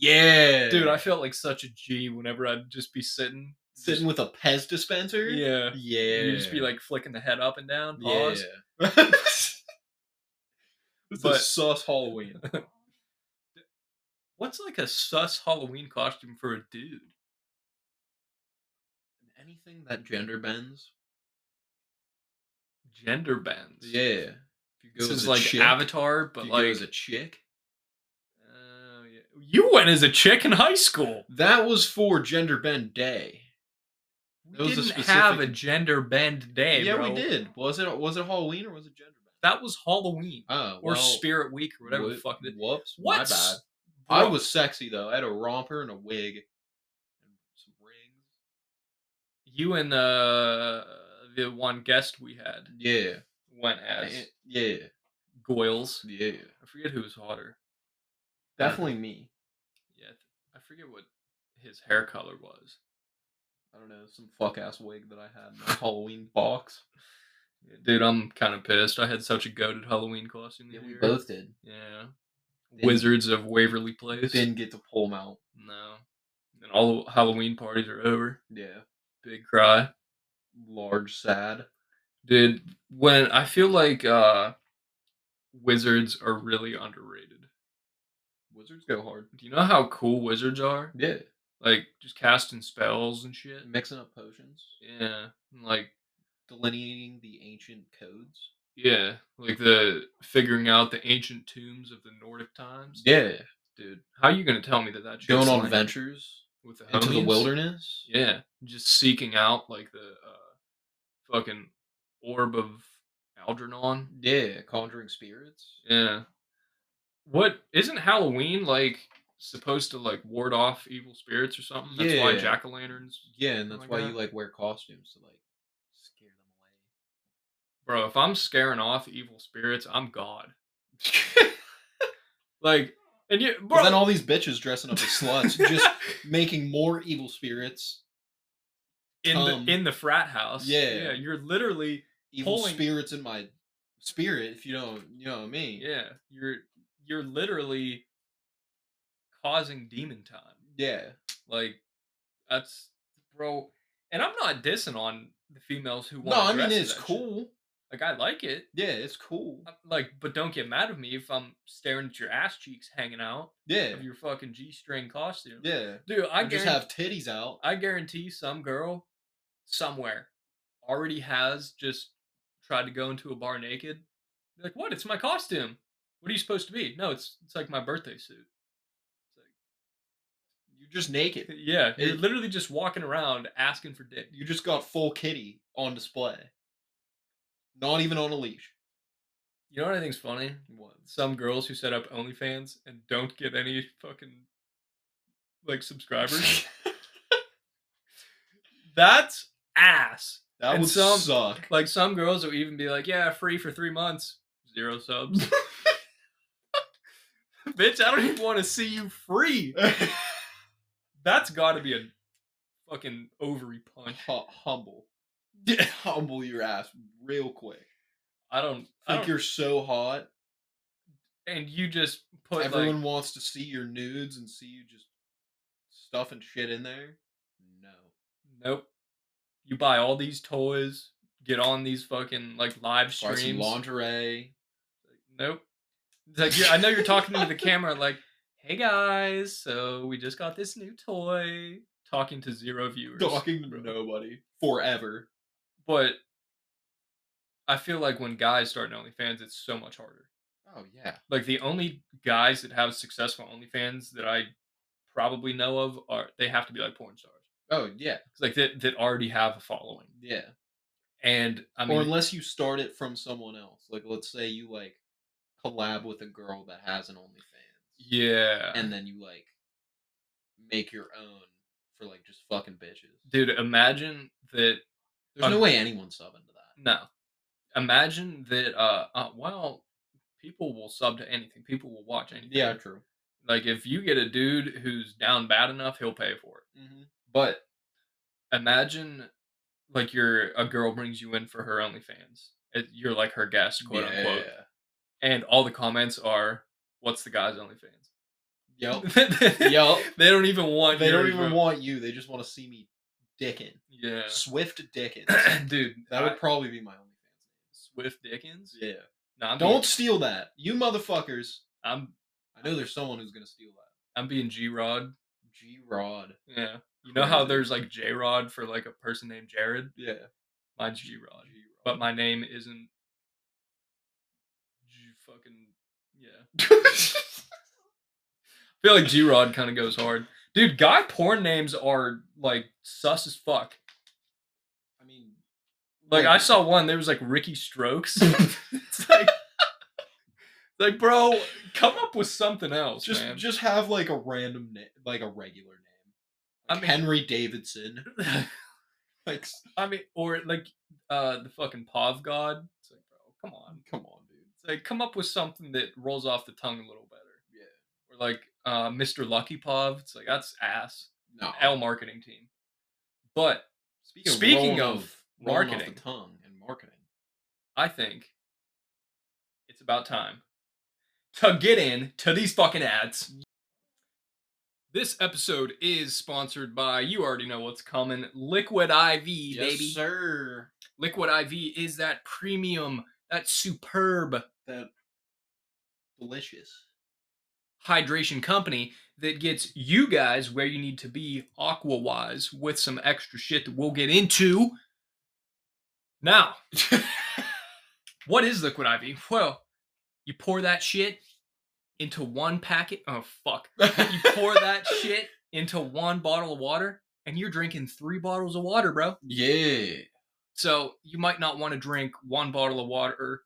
Speaker 2: Yeah,
Speaker 1: dude, I felt like such a G whenever I'd just be sitting.
Speaker 2: sitting with a Pez dispenser.
Speaker 1: Yeah.
Speaker 2: yeah.
Speaker 1: You'd just be like flicking the head up and down.
Speaker 2: yeah.
Speaker 1: Pause.
Speaker 2: this
Speaker 1: But-
Speaker 2: is sus Halloween.
Speaker 1: What's like a sus Halloween costume for a dude?
Speaker 2: Anything that gender bends.
Speaker 1: Gender bends.
Speaker 2: Yeah. If you
Speaker 1: This
Speaker 2: as
Speaker 1: is
Speaker 2: a
Speaker 1: like
Speaker 2: chick,
Speaker 1: Avatar,
Speaker 2: If
Speaker 1: but
Speaker 2: you
Speaker 1: like
Speaker 2: go as a chick.
Speaker 1: Oh, yeah. You went as a chick in high school.
Speaker 2: That was for gender bend day.
Speaker 1: We
Speaker 2: That was a
Speaker 1: didn't have a
Speaker 2: specific-
Speaker 1: gender bend day.
Speaker 2: yeah,
Speaker 1: bro.
Speaker 2: we did. Was it was it Halloween or was it gender bend?
Speaker 1: That was Halloween
Speaker 2: Oh,
Speaker 1: or
Speaker 2: well,
Speaker 1: Spirit Week or whatever the
Speaker 2: whoop-
Speaker 1: fuck. It is.
Speaker 2: Whoops.
Speaker 1: What?
Speaker 2: My bad.
Speaker 1: s-
Speaker 2: I
Speaker 1: bro-
Speaker 2: was sexy though. I had a romper and a wig and some rings.
Speaker 1: You and uh, the one guest we had
Speaker 2: Yeah.
Speaker 1: went as
Speaker 2: Eh, Yeah.
Speaker 1: Goyles.
Speaker 2: Yeah.
Speaker 1: I forget who was hotter.
Speaker 2: Definitely me.
Speaker 1: Yeah, I forget what his hair color was.
Speaker 2: I don't know, some fuck ass wig that I had in my Halloween box.
Speaker 1: Dude, I'm kind of pissed. I had such a goaded Halloween costume. this year.
Speaker 2: did.
Speaker 1: Yeah.
Speaker 2: Didn't-
Speaker 1: Wizards of Waverly Place.
Speaker 2: Didn't get to pull them out.
Speaker 1: No. And all the Halloween parties are over.
Speaker 2: Yeah.
Speaker 1: Big cry.
Speaker 2: Large sad.
Speaker 1: Dude, when I feel like uh wizards are really underrated.
Speaker 2: Wizards go hard.
Speaker 1: Do you know how cool wizards are?
Speaker 2: Yeah.
Speaker 1: Like just casting spells and shit.
Speaker 2: Mixing up potions.
Speaker 1: Yeah. and, Like
Speaker 2: Delineating the ancient codes.
Speaker 1: yeah, like the figuring out the ancient tombs of the Nordic times.
Speaker 2: Yeah.
Speaker 1: Dude, how you going to tell me that that shit's
Speaker 2: Going on
Speaker 1: like
Speaker 2: adventures
Speaker 1: with the
Speaker 2: into the
Speaker 1: homies?
Speaker 2: wilderness.
Speaker 1: Yeah, just seeking out like the uh, fucking orb of Algernon.
Speaker 2: Yeah. Conjuring spirits.
Speaker 1: Yeah. What isn't Halloween like supposed to like ward off evil spirits or something? That's why
Speaker 2: Yeah.
Speaker 1: jack o' lanterns.
Speaker 2: Yeah, and
Speaker 1: Oh
Speaker 2: that's
Speaker 1: my
Speaker 2: why
Speaker 1: God.
Speaker 2: you like wear costumes to like scare them
Speaker 1: Bro, if I'm scaring off evil spirits, I'm God. Like, and you,
Speaker 2: away.
Speaker 1: bro.
Speaker 2: And then all these bitches dressing up as sluts, just making more evil spirits,
Speaker 1: in
Speaker 2: come.
Speaker 1: the in the frat house.
Speaker 2: Yeah.
Speaker 1: yeah. You're literally,
Speaker 2: evil
Speaker 1: Pulling-
Speaker 2: spirits in my spirit. If you don't, you know what I mean.
Speaker 1: yeah. You're you're literally causing demon time.
Speaker 2: Yeah.
Speaker 1: Like that's bro. And I'm not dissing on the females who
Speaker 2: No,
Speaker 1: want.
Speaker 2: I
Speaker 1: to
Speaker 2: mean it's cool.
Speaker 1: Like I like it.
Speaker 2: Yeah, it's cool.
Speaker 1: I'm Like, but don't get mad at me if I'm staring at your ass cheeks hanging out
Speaker 2: Yeah.
Speaker 1: of your fucking g-string costume.
Speaker 2: Yeah.
Speaker 1: Dude, I
Speaker 2: I just
Speaker 1: guaran-
Speaker 2: have titties out.
Speaker 1: I guarantee some girl somewhere already has just tried to go into a bar naked. Be Like, what? It's my costume. What are you supposed to be? No, it's it's like my birthday suit. It's
Speaker 2: You're just naked.
Speaker 1: like, yeah, you're
Speaker 2: It-
Speaker 1: literally just walking around asking for dick.
Speaker 2: You just got full kitty on display. Not even on a leash.
Speaker 1: You know what I think's funny? Some girls who set up OnlyFans and don't get any fucking like subscribers. That's ass.
Speaker 2: That
Speaker 1: And
Speaker 2: would
Speaker 1: some-
Speaker 2: suck.
Speaker 1: Like some girls will even be like, "Yeah, free for three months, zero subs." Bitch, I don't even want to see you free. That's got to be a fucking ovary punch.
Speaker 2: Hu- humble. humble your ass real quick.
Speaker 1: I don't. I
Speaker 2: Think
Speaker 1: don't
Speaker 2: you're so hot.
Speaker 1: and you just put
Speaker 2: Everyone
Speaker 1: like,
Speaker 2: wants to see your nudes and see you just stuffing shit in there. No.
Speaker 1: nope. You buy all these toys, get on these fucking like live
Speaker 2: Buy some
Speaker 1: streams.
Speaker 2: lingerie.
Speaker 1: Nope. It's like you I know you're talking into the camera, like, "Hey guys, so we just got this new toy." Talking to zero viewers.
Speaker 2: Talking
Speaker 1: bro.
Speaker 2: to nobody forever.
Speaker 1: but I feel like when guys start an OnlyFans, it's so much harder.
Speaker 2: Oh yeah.
Speaker 1: Like the only guys that have successful OnlyFans that I probably know of are they have to be like porn stars,
Speaker 2: Oh yeah.
Speaker 1: 'Cause, like that that already have a following.
Speaker 2: Yeah.
Speaker 1: And I
Speaker 2: or
Speaker 1: mean,
Speaker 2: unless you start it from someone else. Like let's say you like collab with a girl that has an OnlyFans.
Speaker 1: yeah,
Speaker 2: And then you like make your own for like just fucking bitches.
Speaker 1: dude, imagine that.
Speaker 2: There's no
Speaker 1: Um,
Speaker 2: way anyone's subbing to that.
Speaker 1: No, imagine that. Uh, uh well, people will sub to anything. People will watch anything.
Speaker 2: Yeah, true.
Speaker 1: like if you get a dude who's down bad enough, he'll pay for it.
Speaker 2: Mm-hmm.
Speaker 1: But imagine like you're a girl brings you in for her OnlyFans. It, you're like her guest, quote unquote. And all the comments are, "What's the guy's OnlyFans?"
Speaker 2: Yep.
Speaker 1: yeah,
Speaker 2: Yup.
Speaker 1: They don't even want.
Speaker 2: They don't
Speaker 1: yours,
Speaker 2: even
Speaker 1: bro.
Speaker 2: want you. They just want to see me dickin.
Speaker 1: Yeah,
Speaker 2: Swift Dickens.
Speaker 1: dude.
Speaker 2: That would
Speaker 1: I-
Speaker 2: probably be my OnlyFans
Speaker 1: Swift Dickens.
Speaker 2: name. Yeah.
Speaker 1: No, I'm
Speaker 2: Don't
Speaker 1: Being,
Speaker 2: steal that. You motherfuckers.
Speaker 1: I'm
Speaker 2: I know there's someone who's going to steal that.
Speaker 1: I'm being G Rod.
Speaker 2: G Rod.
Speaker 1: Yeah. You know how
Speaker 2: Crazy.
Speaker 1: there's like J Rod for like a person named Jared.
Speaker 2: Yeah.
Speaker 1: Mine's G Rod,
Speaker 2: G
Speaker 1: but my name isn't. G fucking yeah. I feel like G Rod kind of goes hard. Dude, guy porn names are like sus as fuck.
Speaker 2: I mean,
Speaker 1: Like I saw one, there was like Ricky Strokes. it's like, like bro, come up with something else,
Speaker 2: just
Speaker 1: man.
Speaker 2: just have like a random name, like a regular name.
Speaker 1: I
Speaker 2: Like
Speaker 1: mean-
Speaker 2: Henry Davidson. Like, s-
Speaker 1: I mean, or like uh the fucking Pav God. It's like, bro, come on.
Speaker 2: come on, dude.
Speaker 1: It's like come up with something that rolls off the tongue a little better.
Speaker 2: Yeah.
Speaker 1: Or like uh Mr. Lucky Pav. It's like that's ass.
Speaker 2: No.
Speaker 1: L marketing team. But
Speaker 2: Speaking,
Speaker 1: Speaking
Speaker 2: rolling
Speaker 1: of
Speaker 2: off- rolling off
Speaker 1: marketing.
Speaker 2: the tongue and marketing.
Speaker 1: I think it's about time to get in to these fucking ads. This episode is sponsored by, you already know what's coming, Liquid IV, baby.
Speaker 2: sir.
Speaker 1: Liquid IV is that premium, that superb
Speaker 2: That delicious.
Speaker 1: hydration company that gets you guys where you need to be aqua wise with some extra shit that we'll get into. Now, what is liquid IV? Well, you pour that shit into one packet. Oh, fuck. You pour that shit into one bottle of water and you're drinking three bottles of water, bro.
Speaker 2: yeah.
Speaker 1: So you might not want to drink one bottle of water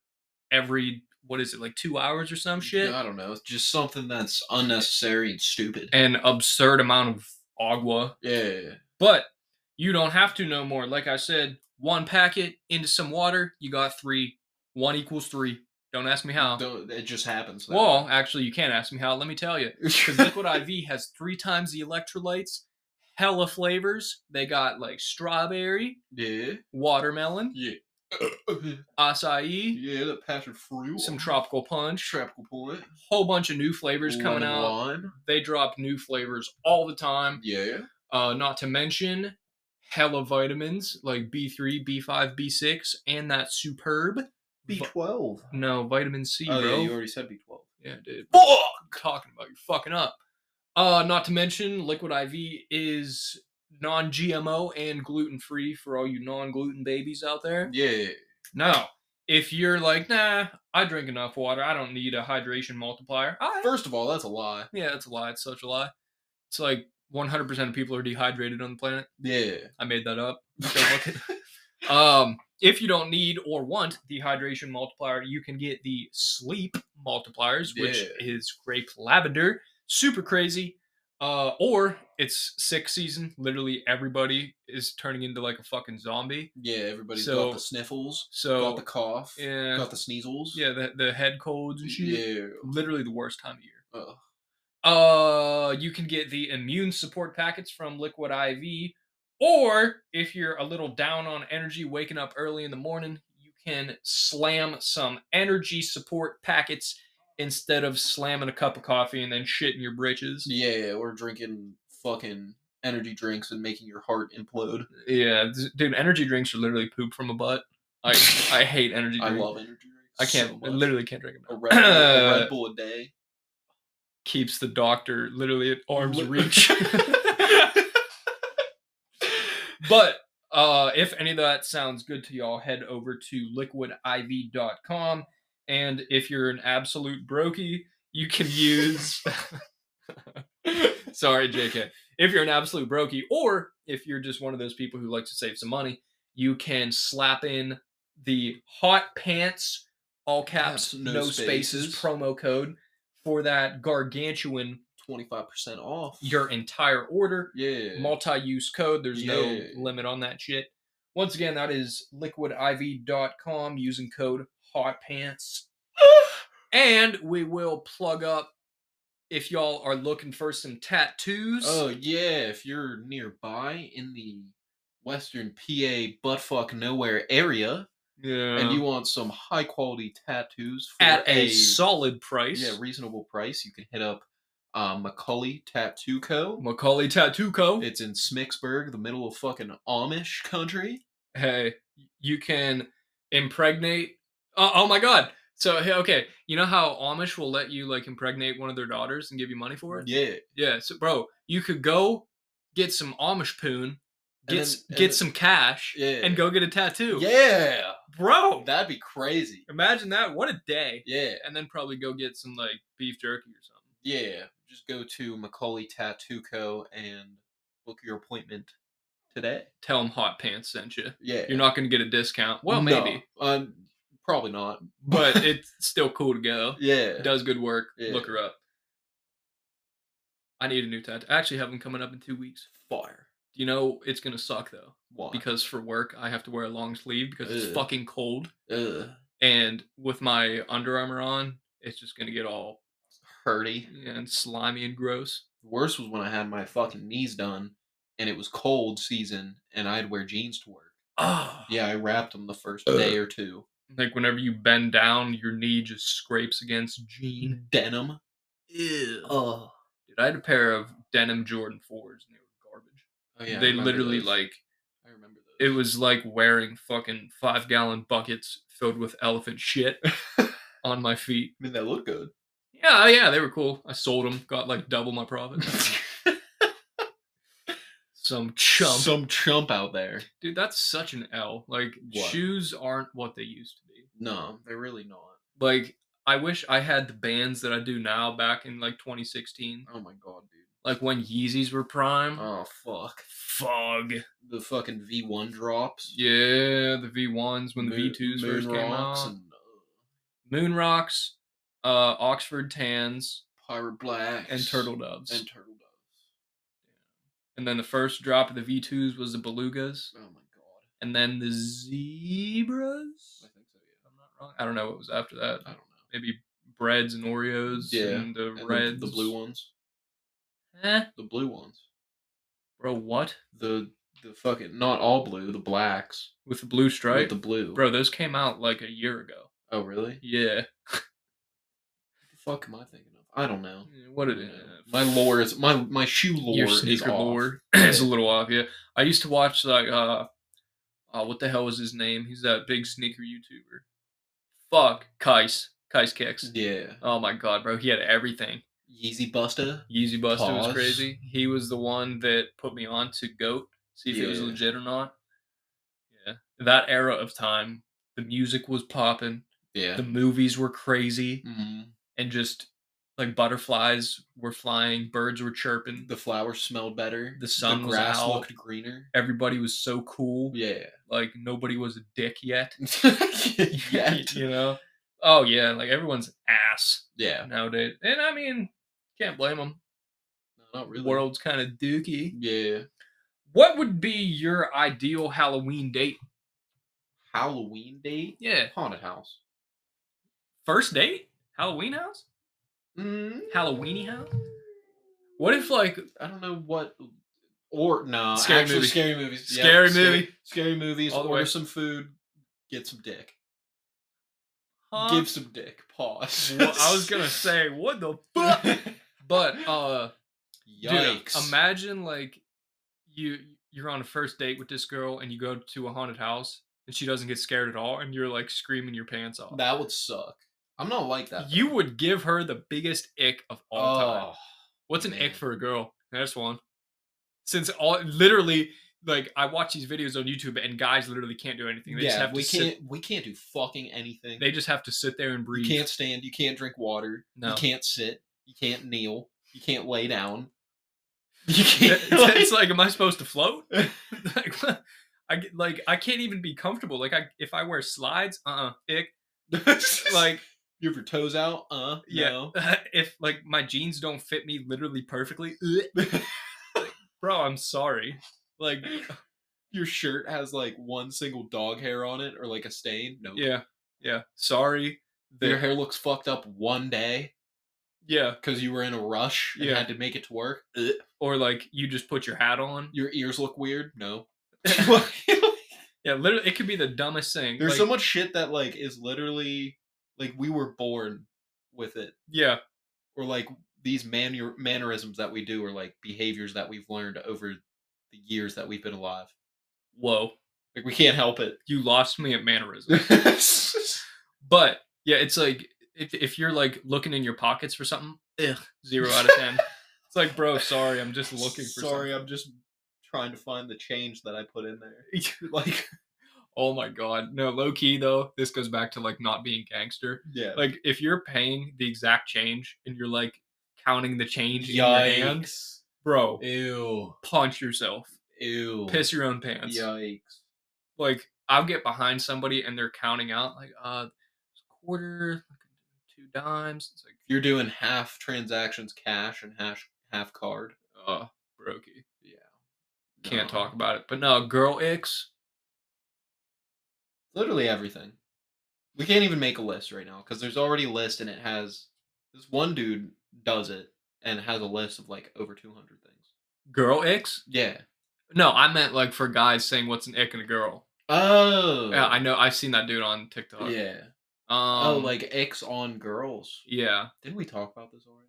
Speaker 1: every, what is it, like two hours or some shit?
Speaker 2: I don't know. It's just something that's unnecessary and stupid.
Speaker 1: An absurd amount of agua
Speaker 2: Yeah.
Speaker 1: But you don't have to no more. Like I said, one packet into some water, you got three. One equals three. Don't ask me how.
Speaker 2: Don't, it just happens. that
Speaker 1: uh, Well, actually, you can't ask me how. Let me tell you.
Speaker 2: way.
Speaker 1: Because Liquid IV has three times the electrolytes, hella flavors. They got like strawberry,
Speaker 2: yeah.
Speaker 1: watermelon, acai,
Speaker 2: yeah, that passion fruit.
Speaker 1: some tropical punch,
Speaker 2: tropical point.
Speaker 1: whole bunch of new flavors coming
Speaker 2: lemon
Speaker 1: out.
Speaker 2: lime.
Speaker 1: They drop new flavors all the time.
Speaker 2: Yeah.
Speaker 1: Uh, not to mention hella vitamins like B3, B5, B6, and that superb.
Speaker 2: B twelve.
Speaker 1: No, vitamin C,
Speaker 2: Oh
Speaker 1: bro.
Speaker 2: yeah, you
Speaker 1: Yeah,
Speaker 2: already said B twelve.
Speaker 1: dude. Talking about you fucking up. Uh, not to mention, Liquid IV is non GMO and gluten free for all you non gluten babies out there.
Speaker 2: Yeah.
Speaker 1: Now, if you're like, nah, I drink enough water, I don't need a hydration multiplier. I,
Speaker 2: First of all, that's a lie.
Speaker 1: yeah, that's a lie. It's such a lie. It's like 100% of people are dehydrated on the planet.
Speaker 2: Yeah.
Speaker 1: I made that up. Don't look it. um, if you don't need or want the hydration multiplier, you can get the sleep multipliers, which
Speaker 2: Yeah.
Speaker 1: is grape lavender, super crazy. Uh, or it's sick season. Literally everybody is turning into like a fucking zombie.
Speaker 2: Yeah. Everybody's
Speaker 1: So-
Speaker 2: got the sniffles. got
Speaker 1: So
Speaker 2: the cough.
Speaker 1: yeah,
Speaker 2: Got the sneezels.
Speaker 1: yeah, the, the head colds and shit.
Speaker 2: Yeah.
Speaker 1: Literally the worst time of year.
Speaker 2: Ugh.
Speaker 1: Uh, you can get the immune support packets from Liquid IV, or if you're a little down on energy, waking up early in the morning, you can slam some energy support packets instead of slamming a cup of coffee and then shitting your britches.
Speaker 2: Yeah, or drinking fucking energy drinks and making your heart implode.
Speaker 1: Yeah, d- dude, energy drinks are literally poop from a butt. I I hate energy
Speaker 2: I
Speaker 1: drinks.
Speaker 2: love energy drinks.
Speaker 1: I can't.
Speaker 2: so
Speaker 1: I
Speaker 2: much.
Speaker 1: literally can't drink
Speaker 2: a
Speaker 1: them.
Speaker 2: Red, Bull, a Red Bull a day.
Speaker 1: Keeps the doctor literally at arm's
Speaker 2: Lit-
Speaker 1: reach. but uh, if any of that sounds good to y'all, head over to liquidiv.com. And if you're an absolute brokey, you can use. Sorry, JK. If you're an absolute brokey, or if you're just one of those people who likes to save some money, you can slap in the hot pants, all caps,
Speaker 2: Caps,
Speaker 1: no,
Speaker 2: no
Speaker 1: spaces.
Speaker 2: spaces.
Speaker 1: promo code for that gargantuan
Speaker 2: Twenty five percent off.
Speaker 1: your entire order
Speaker 2: yeah.
Speaker 1: multi-use code. There's
Speaker 2: Yeah.
Speaker 1: no limit on that shit. Once again, that is liquidiv.com using code HOTPANTS. and we will plug up if y'all are looking for some tattoos.
Speaker 2: oh yeah, if you're nearby in the Western PA buttfuck nowhere area
Speaker 1: yeah.
Speaker 2: and you want some high quality tattoos for
Speaker 1: at a, solid price.
Speaker 2: yeah reasonable price, you can hit up um, Macaulay Tattoo Co.
Speaker 1: Macaulay Tattoo Co.
Speaker 2: It's in Smicksburg, the middle of fucking Amish country.
Speaker 1: hey, you can impregnate. Oh, oh my god. So, hey, okay, you know how Amish will let you like impregnate one of their daughters and give you money for it?
Speaker 2: Yeah.
Speaker 1: Yeah, so bro, you could go get some Amish poon, get
Speaker 2: then-
Speaker 1: s-
Speaker 2: and
Speaker 1: get
Speaker 2: then-
Speaker 1: some cash,
Speaker 2: Yeah.
Speaker 1: and go get a tattoo.
Speaker 2: Yeah.
Speaker 1: bro,
Speaker 2: That'd be crazy.
Speaker 1: imagine that. What a day!
Speaker 2: Yeah.
Speaker 1: And then probably go get some like beef jerky or something.
Speaker 2: Yeah. Just go to Macaulay Tattoo Co. and book your appointment today.
Speaker 1: Tell them hot pants sent you.
Speaker 2: Yeah.
Speaker 1: You're not gonna get a discount. Well,
Speaker 2: No,
Speaker 1: maybe,
Speaker 2: Um, probably not.
Speaker 1: but it's still cool to go.
Speaker 2: yeah.
Speaker 1: Does good work.
Speaker 2: Yeah.
Speaker 1: Look her up. I need a new tattoo. I actually have them coming up in two weeks.
Speaker 2: Fire.
Speaker 1: You know it's gonna suck though,
Speaker 2: Why?
Speaker 1: because for work I have to wear a long sleeve because it's
Speaker 2: Ugh.
Speaker 1: fucking cold.
Speaker 2: Ugh.
Speaker 1: and with my Under Armour on, it's just gonna get all
Speaker 2: Hurdy.
Speaker 1: and slimy and gross.
Speaker 2: Worse was when I had my fucking knees done and it was cold season, and I'd wear jeans to work.
Speaker 1: Oh.
Speaker 2: Yeah, I wrapped them the first day or two.
Speaker 1: Like whenever you bend down, your knee just scrapes against
Speaker 2: Mm-hmm.
Speaker 1: jean.
Speaker 2: Denim.
Speaker 1: Mm-hmm. Ew.
Speaker 2: Oh.
Speaker 1: Dude, I had a pair of denim Jordan 4s and they were garbage.
Speaker 2: oh, yeah, I
Speaker 1: they
Speaker 2: remember
Speaker 1: literally
Speaker 2: those.
Speaker 1: like
Speaker 2: I remember those.
Speaker 1: it was like wearing fucking five gallon buckets filled with elephant shit on my feet.
Speaker 2: I mean, they look good.
Speaker 1: Yeah, oh yeah, they were cool. I sold them, got like double my profit. Some chump,
Speaker 2: Some chump out there.
Speaker 1: dude. That's such an L. Like
Speaker 2: What?
Speaker 1: shoes aren't what they used to be.
Speaker 2: No, they're really not.
Speaker 1: Like I wish I had the bands that I do now back in like 2016,
Speaker 2: Oh my god, dude.
Speaker 1: like when Yeezys were prime.
Speaker 2: Oh fuck.
Speaker 1: Fog.
Speaker 2: The fucking V1 drops.
Speaker 1: Yeah, the V1s when the
Speaker 2: Moon-
Speaker 1: V2s
Speaker 2: Moon
Speaker 1: first came
Speaker 2: Rocks
Speaker 1: out.
Speaker 2: and, uh,
Speaker 1: Moon rocks, uh, Oxford tans,
Speaker 2: Pirate Blacks
Speaker 1: and turtle doves.
Speaker 2: and turtle doves.
Speaker 1: And then the first drop of the V2s was the belugas,
Speaker 2: Oh my god.
Speaker 1: and then the zebras.
Speaker 2: I think so.
Speaker 1: if I'm not wrong. I don't know what was after that.
Speaker 2: Yeah. I don't know.
Speaker 1: Maybe breads and Oreos.
Speaker 2: Uh. Yeah,
Speaker 1: and the
Speaker 2: And
Speaker 1: reds.
Speaker 2: The, the blue ones.
Speaker 1: Eh,
Speaker 2: The blue ones.
Speaker 1: bro, what
Speaker 2: The the fucking not all blue. The blacks.
Speaker 1: with the blue
Speaker 2: with
Speaker 1: stripe,
Speaker 2: The blue.
Speaker 1: bro? Those came out like a year ago.
Speaker 2: Oh really?
Speaker 1: Yeah.
Speaker 2: the fuck am I thinking of? I don't know.
Speaker 1: Yeah, What
Speaker 2: I
Speaker 1: it
Speaker 2: don't
Speaker 1: is.
Speaker 2: know. Oh, My lore is my my shoe lore
Speaker 1: Your
Speaker 2: is
Speaker 1: sneaker
Speaker 2: off.
Speaker 1: lore is a little off. Yeah, I used to watch like uh, uh, what the hell was his name? He's that big sneaker YouTuber. Fuck, Kais, Kais Kicks.
Speaker 2: Yeah.
Speaker 1: Oh my god, bro, he had everything.
Speaker 2: Yeezy Buster.
Speaker 1: Yeezy Buster was
Speaker 2: Pause.
Speaker 1: crazy. He was the one that put me on to Goat, see if it was
Speaker 2: Yeah.
Speaker 1: legit or not. Yeah, that era of time, the music was popping,
Speaker 2: Yeah.
Speaker 1: the movies were crazy,
Speaker 2: Mhm.
Speaker 1: and just like butterflies were flying, birds were chirping.
Speaker 2: The flowers smelled better.
Speaker 1: The sun was
Speaker 2: grass
Speaker 1: out.
Speaker 2: looked greener.
Speaker 1: Everybody was so cool.
Speaker 2: Yeah.
Speaker 1: Like nobody was a dick yet.
Speaker 2: yeah.
Speaker 1: you know? Oh yeah, like everyone's ass
Speaker 2: Yeah.
Speaker 1: nowadays. And I mean, can't blame them.
Speaker 2: No, not really.
Speaker 1: World's kind of dookie.
Speaker 2: Yeah.
Speaker 1: What would be your ideal Halloween date?
Speaker 2: Halloween date.
Speaker 1: Yeah,
Speaker 2: Haunted house.
Speaker 1: first date? Halloween house?
Speaker 2: Mm,
Speaker 1: Halloweeny house? What if like
Speaker 2: I don't know what. Or no,
Speaker 1: Scary
Speaker 2: actually
Speaker 1: movie.
Speaker 2: scary movies. Yeah,
Speaker 1: Scary
Speaker 2: scary-
Speaker 1: movie.
Speaker 2: Scary movies.
Speaker 1: All the
Speaker 2: order
Speaker 1: way.
Speaker 2: some food. Get some dick.
Speaker 1: huh?
Speaker 2: Give some dick. Pause.
Speaker 1: Well, I was gonna say what the fuck,
Speaker 2: Yikes.
Speaker 1: but uh, dude, imagine like you you're on a first date with this girl and you go to a haunted house and she doesn't get scared at all and you're like screaming your pants off.
Speaker 2: that would suck. I'm not like that.
Speaker 1: You would give her the biggest ick of
Speaker 2: though.
Speaker 1: all time.
Speaker 2: Oh,
Speaker 1: What's an
Speaker 2: man.
Speaker 1: ick for a girl? That's one. Since all literally, like I watch these videos on YouTube and guys literally can't do anything. They just
Speaker 2: yeah,
Speaker 1: have
Speaker 2: we
Speaker 1: to
Speaker 2: can't.
Speaker 1: sit.
Speaker 2: We can't do fucking anything.
Speaker 1: They just have to sit there and
Speaker 2: you
Speaker 1: breathe.
Speaker 2: can't stand. You can't drink water.
Speaker 1: No.
Speaker 2: You can't sit. You can't kneel. You can't lay down. You can't.
Speaker 1: it's like, am I supposed to float? like, I get- like I can't even be comfortable. Like I if I wear slides, uh, uh ick. Like
Speaker 2: you have your toes out. Uh,
Speaker 1: yeah,
Speaker 2: no.
Speaker 1: if like my jeans don't fit me literally perfectly, ugh. Like, bro, I'm sorry. Like
Speaker 2: Your shirt has like one single dog hair on it, or like a stain. No.
Speaker 1: yeah, yeah, sorry.
Speaker 2: Your
Speaker 1: that-
Speaker 2: hair looks fucked up one day
Speaker 1: yeah,
Speaker 2: because you were in a rush and
Speaker 1: Yeah.
Speaker 2: had to make it to work. Ugh.
Speaker 1: or like you just put your hat on.
Speaker 2: Your ears look weird. No.
Speaker 1: Yeah, literally, it could be the dumbest thing.
Speaker 2: There's
Speaker 1: like,
Speaker 2: so much shit that like is literally like we were born with it,
Speaker 1: Yeah,
Speaker 2: or like these manner mannerisms that we do, or like behaviors that we've learned over the years that we've been alive.
Speaker 1: whoa,
Speaker 2: Like we can't help it.
Speaker 1: you lost me at mannerism. but yeah, it's like if if you're like looking in your pockets for something, ugh, zero out of ten. it's like, bro, Oh, sorry, I'm just looking for.
Speaker 2: Sorry, I'm just trying to find the change that I put in there.
Speaker 1: something.
Speaker 2: Like,
Speaker 1: oh my god, no, low key though. This goes back to like not being gangster.
Speaker 2: yeah.
Speaker 1: Like if you're paying the exact change and you're like counting the change in your hand,
Speaker 2: Yikes.
Speaker 1: bro,
Speaker 2: Ew.
Speaker 1: punch yourself,
Speaker 2: Ew.
Speaker 1: piss your own pants.
Speaker 2: Yikes.
Speaker 1: like I'll get behind somebody and they're counting out like uh it's a quarter, two dimes. It's like
Speaker 2: You're doing half transactions cash and half half card.
Speaker 1: uh brokey.
Speaker 2: Yeah.
Speaker 1: Can't
Speaker 2: No.
Speaker 1: talk about it. But no, girl icks.
Speaker 2: literally everything. We can't even make a list right now because there's already a list and it has this one dude does it and has a list of like over 200 things.
Speaker 1: Girl icks?
Speaker 2: Yeah,
Speaker 1: No, I meant like for guys saying what's an ick and a girl.
Speaker 2: Oh.
Speaker 1: Yeah, I know. I've seen that dude on TikTok.
Speaker 2: Yeah.
Speaker 1: Um,
Speaker 2: oh, like X on girls.
Speaker 1: yeah,
Speaker 2: Did we talk about this already?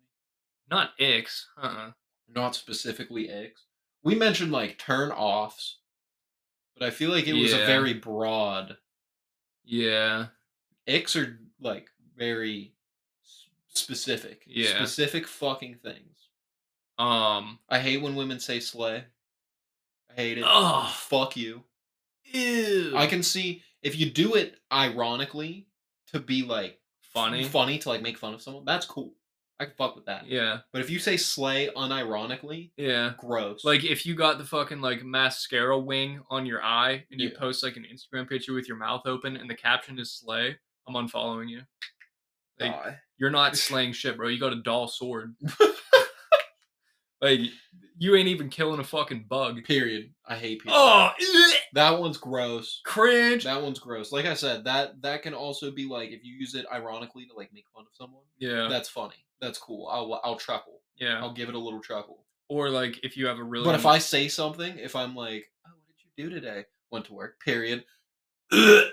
Speaker 1: not icks. Uh-uh.
Speaker 2: Not specifically X. We mentioned like turn offs, but I feel like it was a
Speaker 1: Yeah.
Speaker 2: very broad.
Speaker 1: Yeah,
Speaker 2: X are like very s- specific.
Speaker 1: Yeah.
Speaker 2: Specific fucking things.
Speaker 1: um,
Speaker 2: I hate when women say slay. I hate it.
Speaker 1: Ugh.
Speaker 2: Fuck you.
Speaker 1: ew.
Speaker 2: I can see if you do it ironically to be like
Speaker 1: funny.
Speaker 2: funny to like make fun of someone. That's cool. I can fuck with that.
Speaker 1: yeah,
Speaker 2: But if you say slay unironically,
Speaker 1: yeah.
Speaker 2: gross.
Speaker 1: Like if you got the fucking like mascara wing on your eye and you
Speaker 2: Yeah.
Speaker 1: post like an Instagram picture with your mouth open and the caption is slay, I'm unfollowing you. Like
Speaker 2: Die.
Speaker 1: you're not slaying shit, bro. You got a doll sword. like you ain't even killing a fucking bug.
Speaker 2: period. I hate people.
Speaker 1: Oh, ugh,
Speaker 2: That one's gross.
Speaker 1: cringe.
Speaker 2: That one's gross. Like I said, that that can also be like if you use it ironically to like make fun of someone.
Speaker 1: Yeah,
Speaker 2: That's funny. That's cool. I'll I'll chuckle.
Speaker 1: yeah.
Speaker 2: I'll give it a little chuckle.
Speaker 1: Or like if you have a really
Speaker 2: But if I say something, if I'm like, oh, "What did you do today?" Went to work. Period. Ew.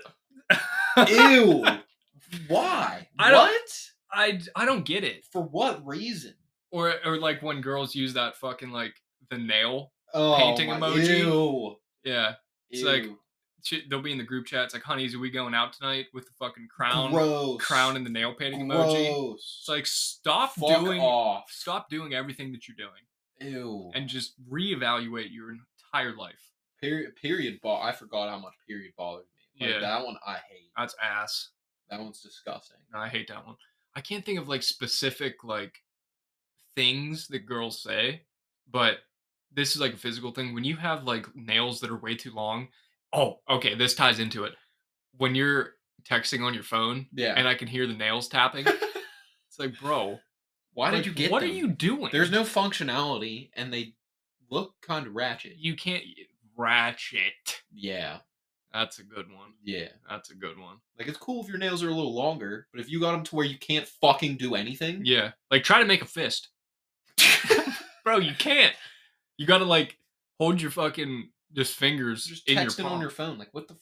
Speaker 2: Why?
Speaker 1: I don't-
Speaker 2: what?
Speaker 1: I d- I don't get it.
Speaker 2: For what reason?
Speaker 1: Or or like when girls use that fucking like the nail.
Speaker 2: Oh,
Speaker 1: Painting emoji?
Speaker 2: Ew.
Speaker 1: Yeah, It's like
Speaker 2: Ew.
Speaker 1: shit, they'll be in the group chat. It's like, honeys, are we going out tonight with the fucking crown,
Speaker 2: gross.
Speaker 1: crown, and the nail painting emoji?
Speaker 2: Gross.
Speaker 1: It's like stop
Speaker 2: Fuck
Speaker 1: doing,
Speaker 2: off.
Speaker 1: stop doing everything that you're doing,
Speaker 2: Ew.
Speaker 1: and just reevaluate your entire life.
Speaker 2: period. Period. Bo- I forgot how much period bothered me. Like,
Speaker 1: Yeah. Uh,
Speaker 2: That one I hate.
Speaker 1: That's ass.
Speaker 2: That one's disgusting.
Speaker 1: I hate that one. I can't think of like specific like things that girls say, but this is like a physical thing. When you have like nails that are way too long, oh, okay, this ties into it. When you're texting on your phone
Speaker 2: Yeah.
Speaker 1: and I can hear the nails tapping, it's like, bro,
Speaker 2: Why
Speaker 1: like,
Speaker 2: did you get?
Speaker 1: What
Speaker 2: them?
Speaker 1: are you doing?
Speaker 2: There's no functionality, and they look kind of ratchet.
Speaker 1: you can't ratchet.
Speaker 2: Yeah.
Speaker 1: That's a good one.
Speaker 2: Yeah.
Speaker 1: That's a good one.
Speaker 2: Like it's cool if your nails are a little longer, but if you got them to where you can't fucking do anything,
Speaker 1: Yeah. Like try to make a fist. Bro, you can't. You gotta like hold your fucking just fingers
Speaker 2: just
Speaker 1: in your
Speaker 2: texting
Speaker 1: palm.
Speaker 2: on your phone. Like what the?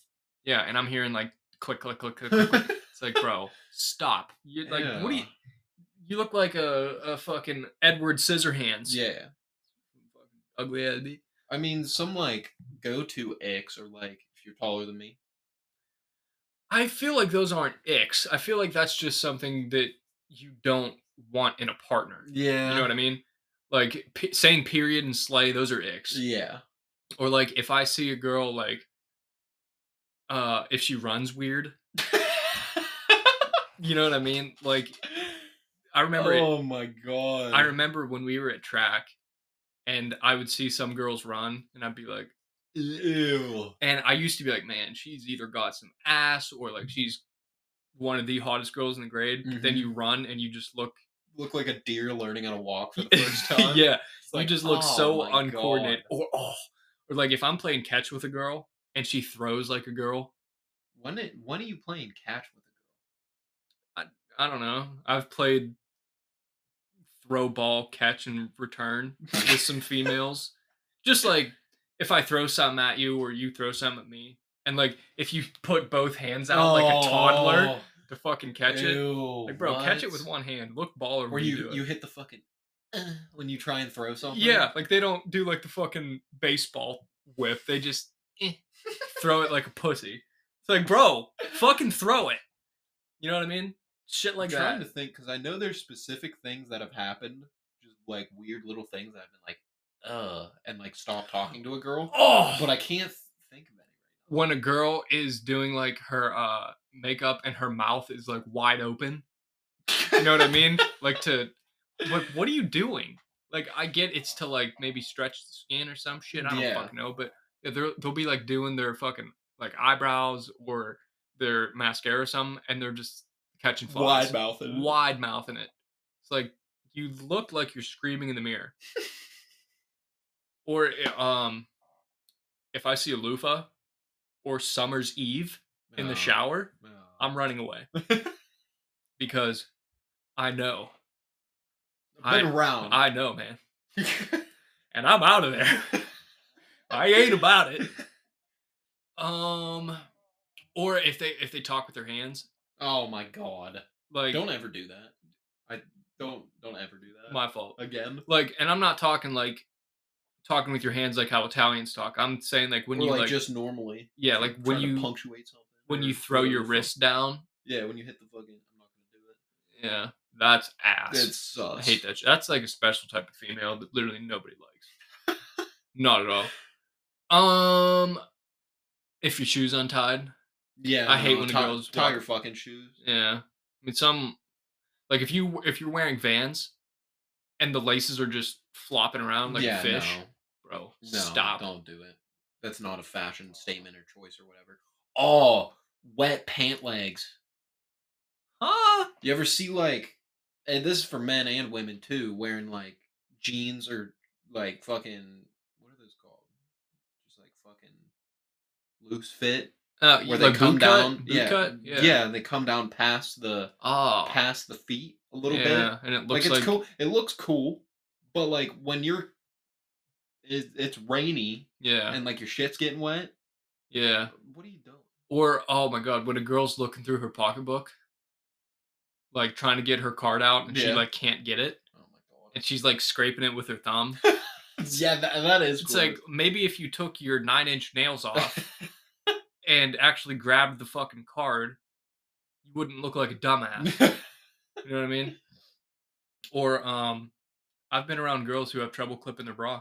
Speaker 1: yeah, and I'm hearing like click click click click click. click.
Speaker 2: F-
Speaker 1: It's like, bro, stop. You like what do you
Speaker 2: Yeah.
Speaker 1: you look like a, a fucking Edward Scissorhands.
Speaker 2: yeah.
Speaker 1: Ugly ass bitch.
Speaker 2: I mean, some like go-to icks are like if you're taller than me.
Speaker 1: I feel like those aren't icks. I feel like that's just something that you don't want in a partner.
Speaker 2: Yeah.
Speaker 1: You know what I mean? Like p- saying period and slay, those are icks.
Speaker 2: Yeah.
Speaker 1: or like if I see a girl like uh if she runs weird, you know what I mean? Like I remember it-
Speaker 2: oh my god.
Speaker 1: I remember when we were at track and I would see some girls run and I'd be like
Speaker 2: Ew.
Speaker 1: and I used to be like, man, she's either got some ass or like she's one of the hottest girls in the grade. But Then
Speaker 2: Mhm.
Speaker 1: you run and you just look
Speaker 2: Look like a deer learning how to walk for the first time.
Speaker 1: yeah.
Speaker 2: It's like,
Speaker 1: you just look
Speaker 2: oh
Speaker 1: so
Speaker 2: my
Speaker 1: uncoordinated.
Speaker 2: God.
Speaker 1: Or oh or like if I'm playing catch with a girl and she throws like a girl,
Speaker 2: When it, when are you playing catch with a
Speaker 1: I don't know. I've played throw ball, catch, and return with some females. Just like if I throw something at you or you throw something at me. And like if you put both hands out
Speaker 2: girl?
Speaker 1: like a toddler to fucking catch it.
Speaker 2: Oh. Ew,
Speaker 1: Like bro, catch it
Speaker 2: what?
Speaker 1: with one hand. Look baller
Speaker 2: Or
Speaker 1: when you,
Speaker 2: you
Speaker 1: do
Speaker 2: you
Speaker 1: it.
Speaker 2: hit the fucking uh, when you try and throw something.
Speaker 1: Yeah, like they don't do like the fucking baseball whip. They just eh, throw it like a pussy. It's like, bro, fucking throw it. You know what I mean? Shit like
Speaker 2: I'm trying
Speaker 1: that.
Speaker 2: to think because I know there's specific things that have happened, just like weird little things that I've been like, uh, and like stop talking to a girl,
Speaker 1: Oh,
Speaker 2: but I can't think of any.
Speaker 1: when a girl is doing like her uh makeup and her mouth is like wide open. You know what I mean? like to what what are you doing? Like I get it's to like maybe stretch the skin or some shit. I don't
Speaker 2: Yeah.
Speaker 1: fucking know, but yeah, they're they'll be like doing their fucking like eyebrows or their mascara or something and they're just catching flies.
Speaker 2: mouth.
Speaker 1: Wide mouthing it. It's like you look like you're screaming in the mirror. or i- um if I see a loofah or summer's eve in
Speaker 2: Oh,
Speaker 1: the shower, I'm running away. because I know.
Speaker 2: I've been
Speaker 1: I-
Speaker 2: around.
Speaker 1: I know, man. And I'm out of there. I ain't about it. Um, or if they if they talk with their hands,
Speaker 2: Oh my god.
Speaker 1: like
Speaker 2: Don't ever do that. I don't don't ever do that.
Speaker 1: my fault.
Speaker 2: Again.
Speaker 1: Like, and I'm not talking like talking with your hands like how Italians talk. I'm saying like when
Speaker 2: Or,
Speaker 1: you
Speaker 2: like,
Speaker 1: like
Speaker 2: just normally.
Speaker 1: yeah, like when
Speaker 2: trying to
Speaker 1: you
Speaker 2: punctuate something.
Speaker 1: when
Speaker 2: or
Speaker 1: you throw
Speaker 2: whatever
Speaker 1: your
Speaker 2: the fuck.
Speaker 1: wrist down.
Speaker 2: Yeah, when you hit the fucking I'm not gonna do it.
Speaker 1: Yeah, that's ass.
Speaker 2: That's sus.
Speaker 1: I hate that. Shit. That's like a special type of female that literally nobody likes. Not at all. Um, if your shoes untied,
Speaker 2: Yeah,
Speaker 1: I hate
Speaker 2: no,
Speaker 1: when a
Speaker 2: tie-
Speaker 1: girl's
Speaker 2: tie
Speaker 1: walk-
Speaker 2: your fucking shoes.
Speaker 1: yeah. I mean, some like if you if you're wearing Vans, and the laces are just flopping around like
Speaker 2: yeah,
Speaker 1: a fish,
Speaker 2: No,
Speaker 1: bro.
Speaker 2: no,
Speaker 1: stop.
Speaker 2: Don't do it. That's not a fashion statement or choice or whatever. Oh, wet pant legs.
Speaker 1: Huh?
Speaker 2: You ever see like, and this is for men and women too, wearing like jeans or like fucking what are those called? Just like fucking loose fit
Speaker 1: Uh,
Speaker 2: where
Speaker 1: like
Speaker 2: they come
Speaker 1: boot cut?
Speaker 2: down.
Speaker 1: Boot
Speaker 2: yeah,
Speaker 1: cut?
Speaker 2: yeah, they come down past the
Speaker 1: Oh,
Speaker 2: past the feet a little bit.
Speaker 1: yeah, and it looks
Speaker 2: like
Speaker 1: like,
Speaker 2: it's cool. It looks cool, but like when you're, it, it's rainy
Speaker 1: yeah,
Speaker 2: and like your shit's getting wet.
Speaker 1: yeah.
Speaker 2: What are you doing?
Speaker 1: Or oh my god, when a girl's looking through her pocketbook, like trying to get her card out, and she
Speaker 2: Yeah.
Speaker 1: like can't get it,
Speaker 2: Oh my
Speaker 1: and she's like scraping it with her thumb.
Speaker 2: god. yeah, that, that is.
Speaker 1: It's
Speaker 2: cool.
Speaker 1: like maybe if you took your nine inch nails off and actually grabbed the fucking card, you wouldn't look like a dumbass. you know what I mean? Or um, I've been around girls who have trouble clipping their bra.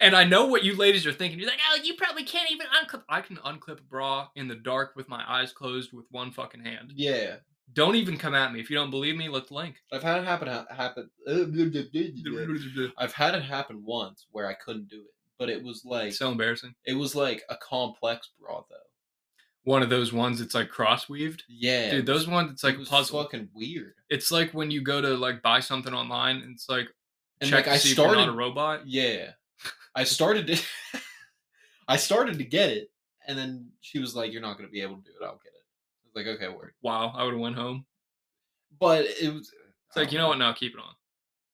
Speaker 1: And I know what you ladies are thinking. You're like, oh, you probably can't even unclip. I can unclip a bra in the dark with my eyes closed with one fucking hand.
Speaker 2: yeah,
Speaker 1: Don't even come at me. If you don't believe me, let the link.
Speaker 2: I've had it happen. Happen. I've had it happen once where I couldn't do it, but it was like
Speaker 1: so embarrassing.
Speaker 2: it was like a complex bra though.
Speaker 1: One of those ones that's like cross weaved.
Speaker 2: Yeah,
Speaker 1: Dude, those ones, it's like
Speaker 2: it
Speaker 1: a
Speaker 2: was
Speaker 1: puzzle.
Speaker 2: Fucking weird.
Speaker 1: It's like when you go to like buy something online and it's like
Speaker 2: And
Speaker 1: check
Speaker 2: like
Speaker 1: to
Speaker 2: I
Speaker 1: see if you're not
Speaker 2: started
Speaker 1: a robot.
Speaker 2: Yeah. I started to I started to get it and then she was like, You're not gonna be able to do it, I'll get it. I was like, okay, word.
Speaker 1: Wow, I would have went home.
Speaker 2: But it was
Speaker 1: It's
Speaker 2: Oh,
Speaker 1: like, you know what? No, keep it on.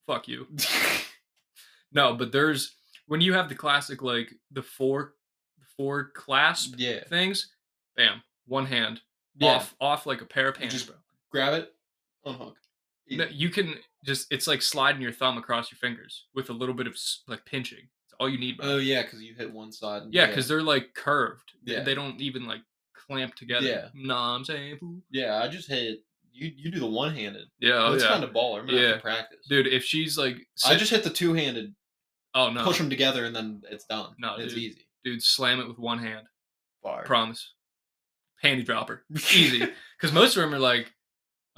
Speaker 1: Fuck you. No, but there's when you have the classic like the four the four clasp
Speaker 2: yeah.
Speaker 1: things, bam, one hand
Speaker 2: yeah.
Speaker 1: off off like a pair of
Speaker 2: You
Speaker 1: pants,
Speaker 2: just- e
Speaker 1: bro.
Speaker 2: Grab it, unhook. Eat
Speaker 1: No,
Speaker 2: it.
Speaker 1: you can just it's like sliding your thumb across your fingers with a little bit of s- like pinching. It's all you need, bro.
Speaker 2: Oh yeah, because you hit one side. and-
Speaker 1: yeah, because they're like curved. They-
Speaker 2: Yeah.
Speaker 1: They don't even like clamp together.
Speaker 2: Yeah.
Speaker 1: Nah, I'm saying. boo.
Speaker 2: Yeah, I just hit you you do the one handed.
Speaker 1: Yeah, oh,
Speaker 2: That's
Speaker 1: yeah.
Speaker 2: kind of baller. I'm gonna have
Speaker 1: Yeah.
Speaker 2: to practice.
Speaker 1: Dude, if she's like
Speaker 2: I
Speaker 1: sit-
Speaker 2: just hit the two handed,
Speaker 1: Oh no.
Speaker 2: push them together, and then it's done.
Speaker 1: No,
Speaker 2: it's
Speaker 1: dude.
Speaker 2: easy.
Speaker 1: Dude, slam it with one hand.
Speaker 2: Bar.
Speaker 1: Promise. Panty dropper. Easy. Because most of them are like,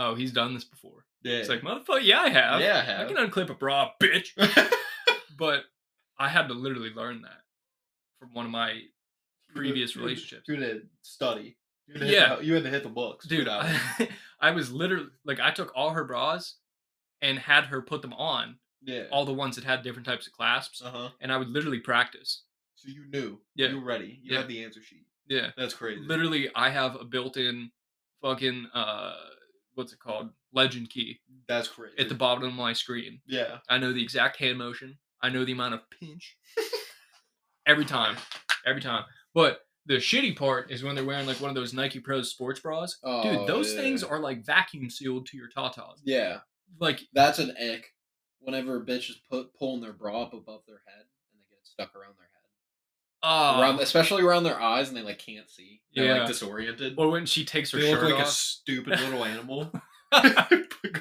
Speaker 1: oh, he's done this before.
Speaker 2: yeah.
Speaker 1: It's like, motherfucker, yeah, I have.
Speaker 2: yeah, I
Speaker 1: I
Speaker 2: have.
Speaker 1: can unclip a bra, bitch. but I had to literally learn that from one of my previous
Speaker 2: You had to-
Speaker 1: relationships.
Speaker 2: You had to study. You had to hit
Speaker 1: Yeah.
Speaker 2: the- you had to hit the books.
Speaker 1: Dude, I, I was literally like, I took all her bras and had her put them on,
Speaker 2: yeah.
Speaker 1: all the ones that had different types of clasps,
Speaker 2: Uh huh.
Speaker 1: and I would literally practice.
Speaker 2: So you knew.
Speaker 1: Yeah.
Speaker 2: You were ready. You
Speaker 1: Yeah.
Speaker 2: had the answer sheet.
Speaker 1: Yeah.
Speaker 2: That's crazy.
Speaker 1: Literally, I have a built-in fucking uh, what's it called? Legend key
Speaker 2: That's crazy.
Speaker 1: at the bottom of my screen.
Speaker 2: Yeah.
Speaker 1: I know the exact hand motion. I know the amount of pinch. every time, every time. But the shitty part is when they're wearing like one of those Nike Pro sports bras.
Speaker 2: Oh,
Speaker 1: Dude, those
Speaker 2: yeah.
Speaker 1: things are like vacuum sealed to your tatas.
Speaker 2: Yeah,
Speaker 1: Like,
Speaker 2: that's an ick. Whenever a bitch is put pulling their bra up above their head and they get it stuck around their head,
Speaker 1: ah,
Speaker 2: around especially around their eyes, and they like can't see. They're
Speaker 1: Yeah.
Speaker 2: like disoriented.
Speaker 1: or when she takes her
Speaker 2: they look
Speaker 1: shirt
Speaker 2: like a
Speaker 1: off.
Speaker 2: stupid little animal.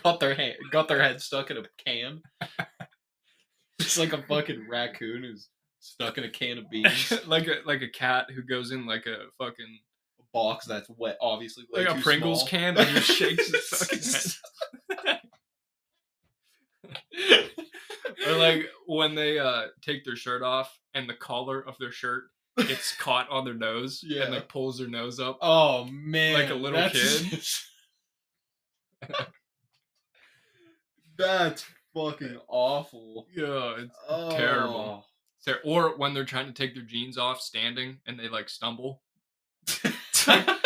Speaker 2: got their hand, got their head stuck in a can. It's like a fucking raccoon who's stuck in a can of beans.
Speaker 1: like a like a cat who goes in like a fucking
Speaker 2: a box that's wet, obviously. way
Speaker 1: like a
Speaker 2: too
Speaker 1: Pringles
Speaker 2: small.
Speaker 1: can and he shakes his fucking head. or like when they uh take their shirt off and the collar of their shirt gets caught on their nose
Speaker 2: Yeah.
Speaker 1: and like pulls their nose up.
Speaker 2: oh man,
Speaker 1: Like a little
Speaker 2: kid. that's fucking awful.
Speaker 1: Yeah, it's
Speaker 2: Oh.
Speaker 1: Terrible. ter- or when they're trying to take their jeans off standing and they like stumble. It's like,
Speaker 2: Oh.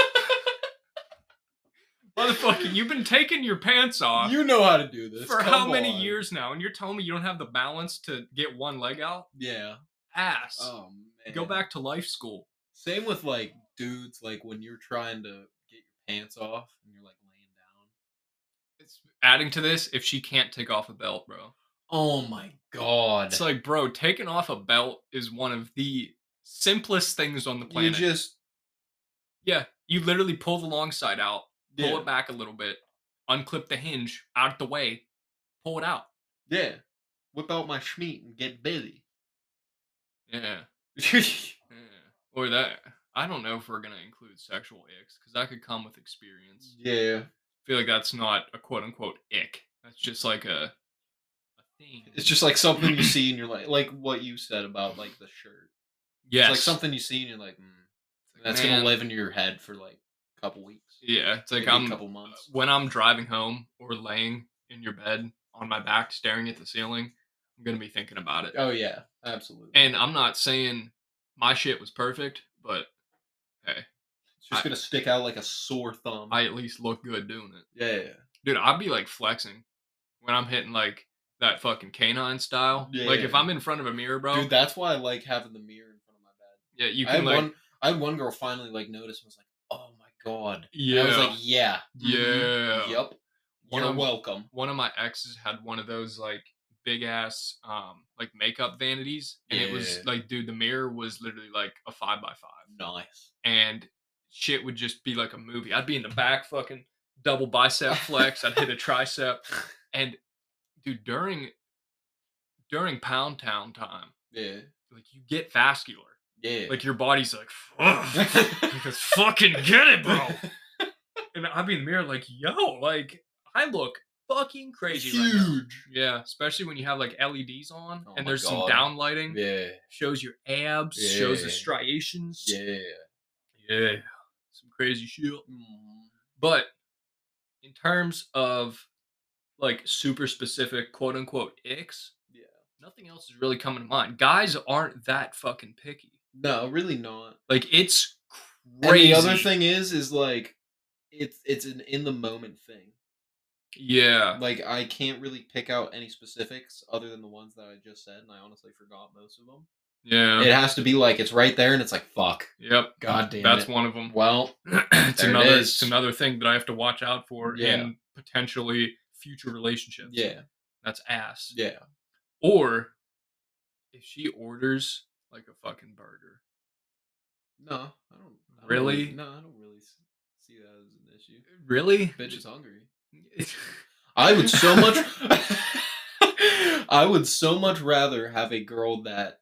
Speaker 1: Motherfucker, you've been taking your pants off.
Speaker 2: You know how to do this
Speaker 1: for
Speaker 2: come
Speaker 1: how many
Speaker 2: on.
Speaker 1: years now? And you're telling me you don't have the balance to get one leg out?
Speaker 2: Yeah,
Speaker 1: ass.
Speaker 2: Oh man.
Speaker 1: Go back to life school.
Speaker 2: Same with like dudes, like when you're trying to get your pants off and you're like laying down.
Speaker 1: It's adding to this if she can't take off a belt, bro.
Speaker 2: Oh my god.
Speaker 1: It's like, bro, taking off a belt is one of the simplest things on the
Speaker 2: you
Speaker 1: planet.
Speaker 2: just
Speaker 1: yeah, you literally pull the long side out, pull
Speaker 2: yeah.
Speaker 1: it back a little bit, unclip the hinge out the way, pull it out.
Speaker 2: yeah. Whip out my schmeat and get busy.
Speaker 1: Yeah. yeah. Or that. I don't know if we're gonna include sexual icks because that could come with experience.
Speaker 2: yeah.
Speaker 1: I feel like that's not a quote unquote ick. That's just like a a thing.
Speaker 2: It's just like something you see and you're like like what you said about like the shirt.
Speaker 1: yes.
Speaker 2: It's like something you see and you're like, mm, that's
Speaker 1: Man.
Speaker 2: gonna live in your head for like a couple weeks.
Speaker 1: Yeah, it's like
Speaker 2: maybe
Speaker 1: I'm
Speaker 2: a couple months.
Speaker 1: when I'm driving home or laying in your bed on my back staring at the ceiling, I'm gonna be thinking about it.
Speaker 2: Oh yeah, absolutely.
Speaker 1: And I'm not saying my shit was perfect, but hey,
Speaker 2: it's just
Speaker 1: I-
Speaker 2: gonna stick out like a sore thumb.
Speaker 1: I at least look good doing it.
Speaker 2: yeah, yeah,
Speaker 1: dude, I'd be like flexing when I'm hitting like that fucking canine style. Like if
Speaker 2: Yeah.
Speaker 1: I'm in front of a mirror, bro.
Speaker 2: yeah. dude, that's why I like having the mirror in front of my bed.
Speaker 1: yeah, you
Speaker 2: I had
Speaker 1: can like
Speaker 2: one. I had one girl finally like notice and was like, "Oh my god." And
Speaker 1: yeah,
Speaker 2: I was like, "Yeah, mhm,
Speaker 1: yeah.
Speaker 2: yep,
Speaker 1: One
Speaker 2: you're
Speaker 1: of-
Speaker 2: welcome."
Speaker 1: One of my exes had one of those like big ass um like makeup vanities, and it was
Speaker 2: Yeah.
Speaker 1: like, dude, the mirror was literally like a five by five,
Speaker 2: Nice.
Speaker 1: and shit would just be like a movie. I'd be in the back, fucking double bicep flex. I'd hit a tricep, and dude, during during Pound Town time,
Speaker 2: Yeah,
Speaker 1: like you get vascular.
Speaker 2: yeah.
Speaker 1: Like your body's like, "Fuck, because fucking get it, bro. And I'd be in the mirror like, yo, like I look fucking crazy. Right now.
Speaker 2: Huge.
Speaker 1: Yeah, especially when you have like LEDs on
Speaker 2: Oh
Speaker 1: and
Speaker 2: my
Speaker 1: there's
Speaker 2: God.
Speaker 1: some down lighting.
Speaker 2: Yeah,
Speaker 1: Shows your abs, shows the
Speaker 2: Yeah.
Speaker 1: striations.
Speaker 2: yeah.
Speaker 1: yeah. Some crazy shit.
Speaker 2: Mhm.
Speaker 1: But in terms of like super specific quote unquote icks,
Speaker 2: Yeah.
Speaker 1: nothing else is really coming to mind. Guys aren't that fucking picky.
Speaker 2: No, really not.
Speaker 1: Like it's
Speaker 2: And
Speaker 1: crazy.
Speaker 2: the other thing is, is like, it's it's an in the moment thing.
Speaker 1: yeah,
Speaker 2: Like I can't really pick out any specifics other than the ones that I just said, and I honestly forgot most of them.
Speaker 1: yeah,
Speaker 2: It has to be like it's right there, and it's like fuck,
Speaker 1: yep.
Speaker 2: god damn
Speaker 1: That's
Speaker 2: it.
Speaker 1: one of them.
Speaker 2: Well,
Speaker 1: it's
Speaker 2: There it
Speaker 1: another.
Speaker 2: is.
Speaker 1: it's another thing that I have to watch out for
Speaker 2: Yeah.
Speaker 1: in potentially future relationships.
Speaker 2: yeah,
Speaker 1: that's ass.
Speaker 2: yeah,
Speaker 1: Or if she orders like a fucking burger,
Speaker 2: no, I don't, I don't
Speaker 1: Really?
Speaker 2: no, I don't really s- see that as an issue.
Speaker 1: really?
Speaker 2: Bitch is hungry.
Speaker 1: It's-
Speaker 2: I would so much. I would so much rather have a girl that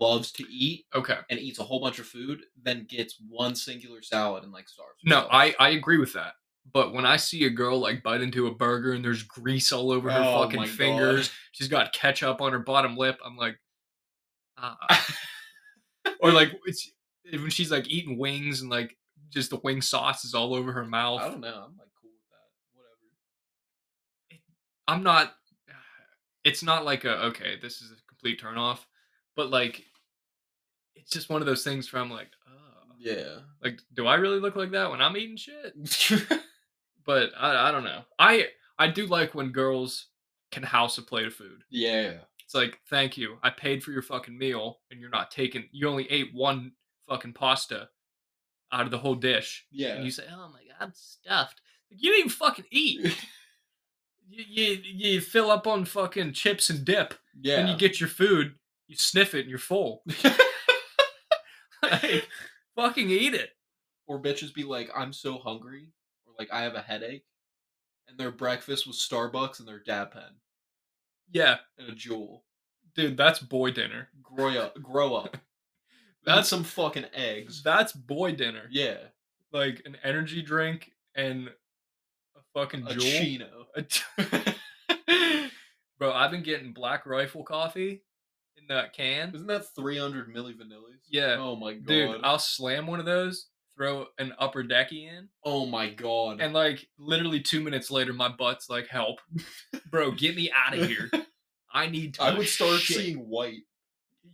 Speaker 2: loves to eat
Speaker 1: okay.
Speaker 2: and eats a whole bunch of food than gets one singular salad and like starves.
Speaker 1: No,
Speaker 2: herself.
Speaker 1: I I agree with that. But when I see a girl like bite into a burger and there's grease all over her
Speaker 2: Oh my
Speaker 1: fucking
Speaker 2: God.
Speaker 1: fingers, she's got ketchup on her bottom lip. I'm like, ah. or like it's when she's like eating wings and like just the wing sauce is all over her
Speaker 2: I
Speaker 1: mouth.
Speaker 2: don't know. I'm like cool with that. Whatever.
Speaker 1: I'm not. It's not like a okay, this is a complete turnoff, but like, it's just one of those things where I'm like, oh,
Speaker 2: Yeah.
Speaker 1: like, do I really look like that when I'm eating shit? But I, I don't know. I I do like when girls can house a plate of food.
Speaker 2: yeah.
Speaker 1: It's like, thank you. I paid for your fucking meal and you're not taking you only ate one fucking pasta out of the whole dish.
Speaker 2: Yeah.
Speaker 1: And you say, Oh my god, I'm stuffed. Like, you didn't even fucking eat. you, you you fill up on fucking chips and dip.
Speaker 2: yeah.
Speaker 1: Then you get your food, you sniff it and you're full. like, fucking eat it.
Speaker 2: or bitches be like, I'm so hungry, or like I have a headache, and their breakfast was Starbucks and their dab pen
Speaker 1: Yeah,
Speaker 2: and a jewel.
Speaker 1: dude, that's boy dinner.
Speaker 2: Grow up. Grow up.
Speaker 1: That's-
Speaker 2: That's some fucking eggs.
Speaker 1: That's boy dinner.
Speaker 2: Yeah.
Speaker 1: like an energy drink and a fucking
Speaker 2: A
Speaker 1: jewel.
Speaker 2: chino.
Speaker 1: A ch- Bro, I've been getting Black Rifle coffee in that can.
Speaker 2: Isn't that 300 milli vanillas?
Speaker 1: Yeah,
Speaker 2: Oh my god.
Speaker 1: Dude, I'll slam one of those, throw an upper decky in,
Speaker 2: oh my god.
Speaker 1: and like literally two minutes later, my butt's like, "Help, bro, get me out of here! I need to."
Speaker 2: I would start
Speaker 1: shit."
Speaker 2: seeing white.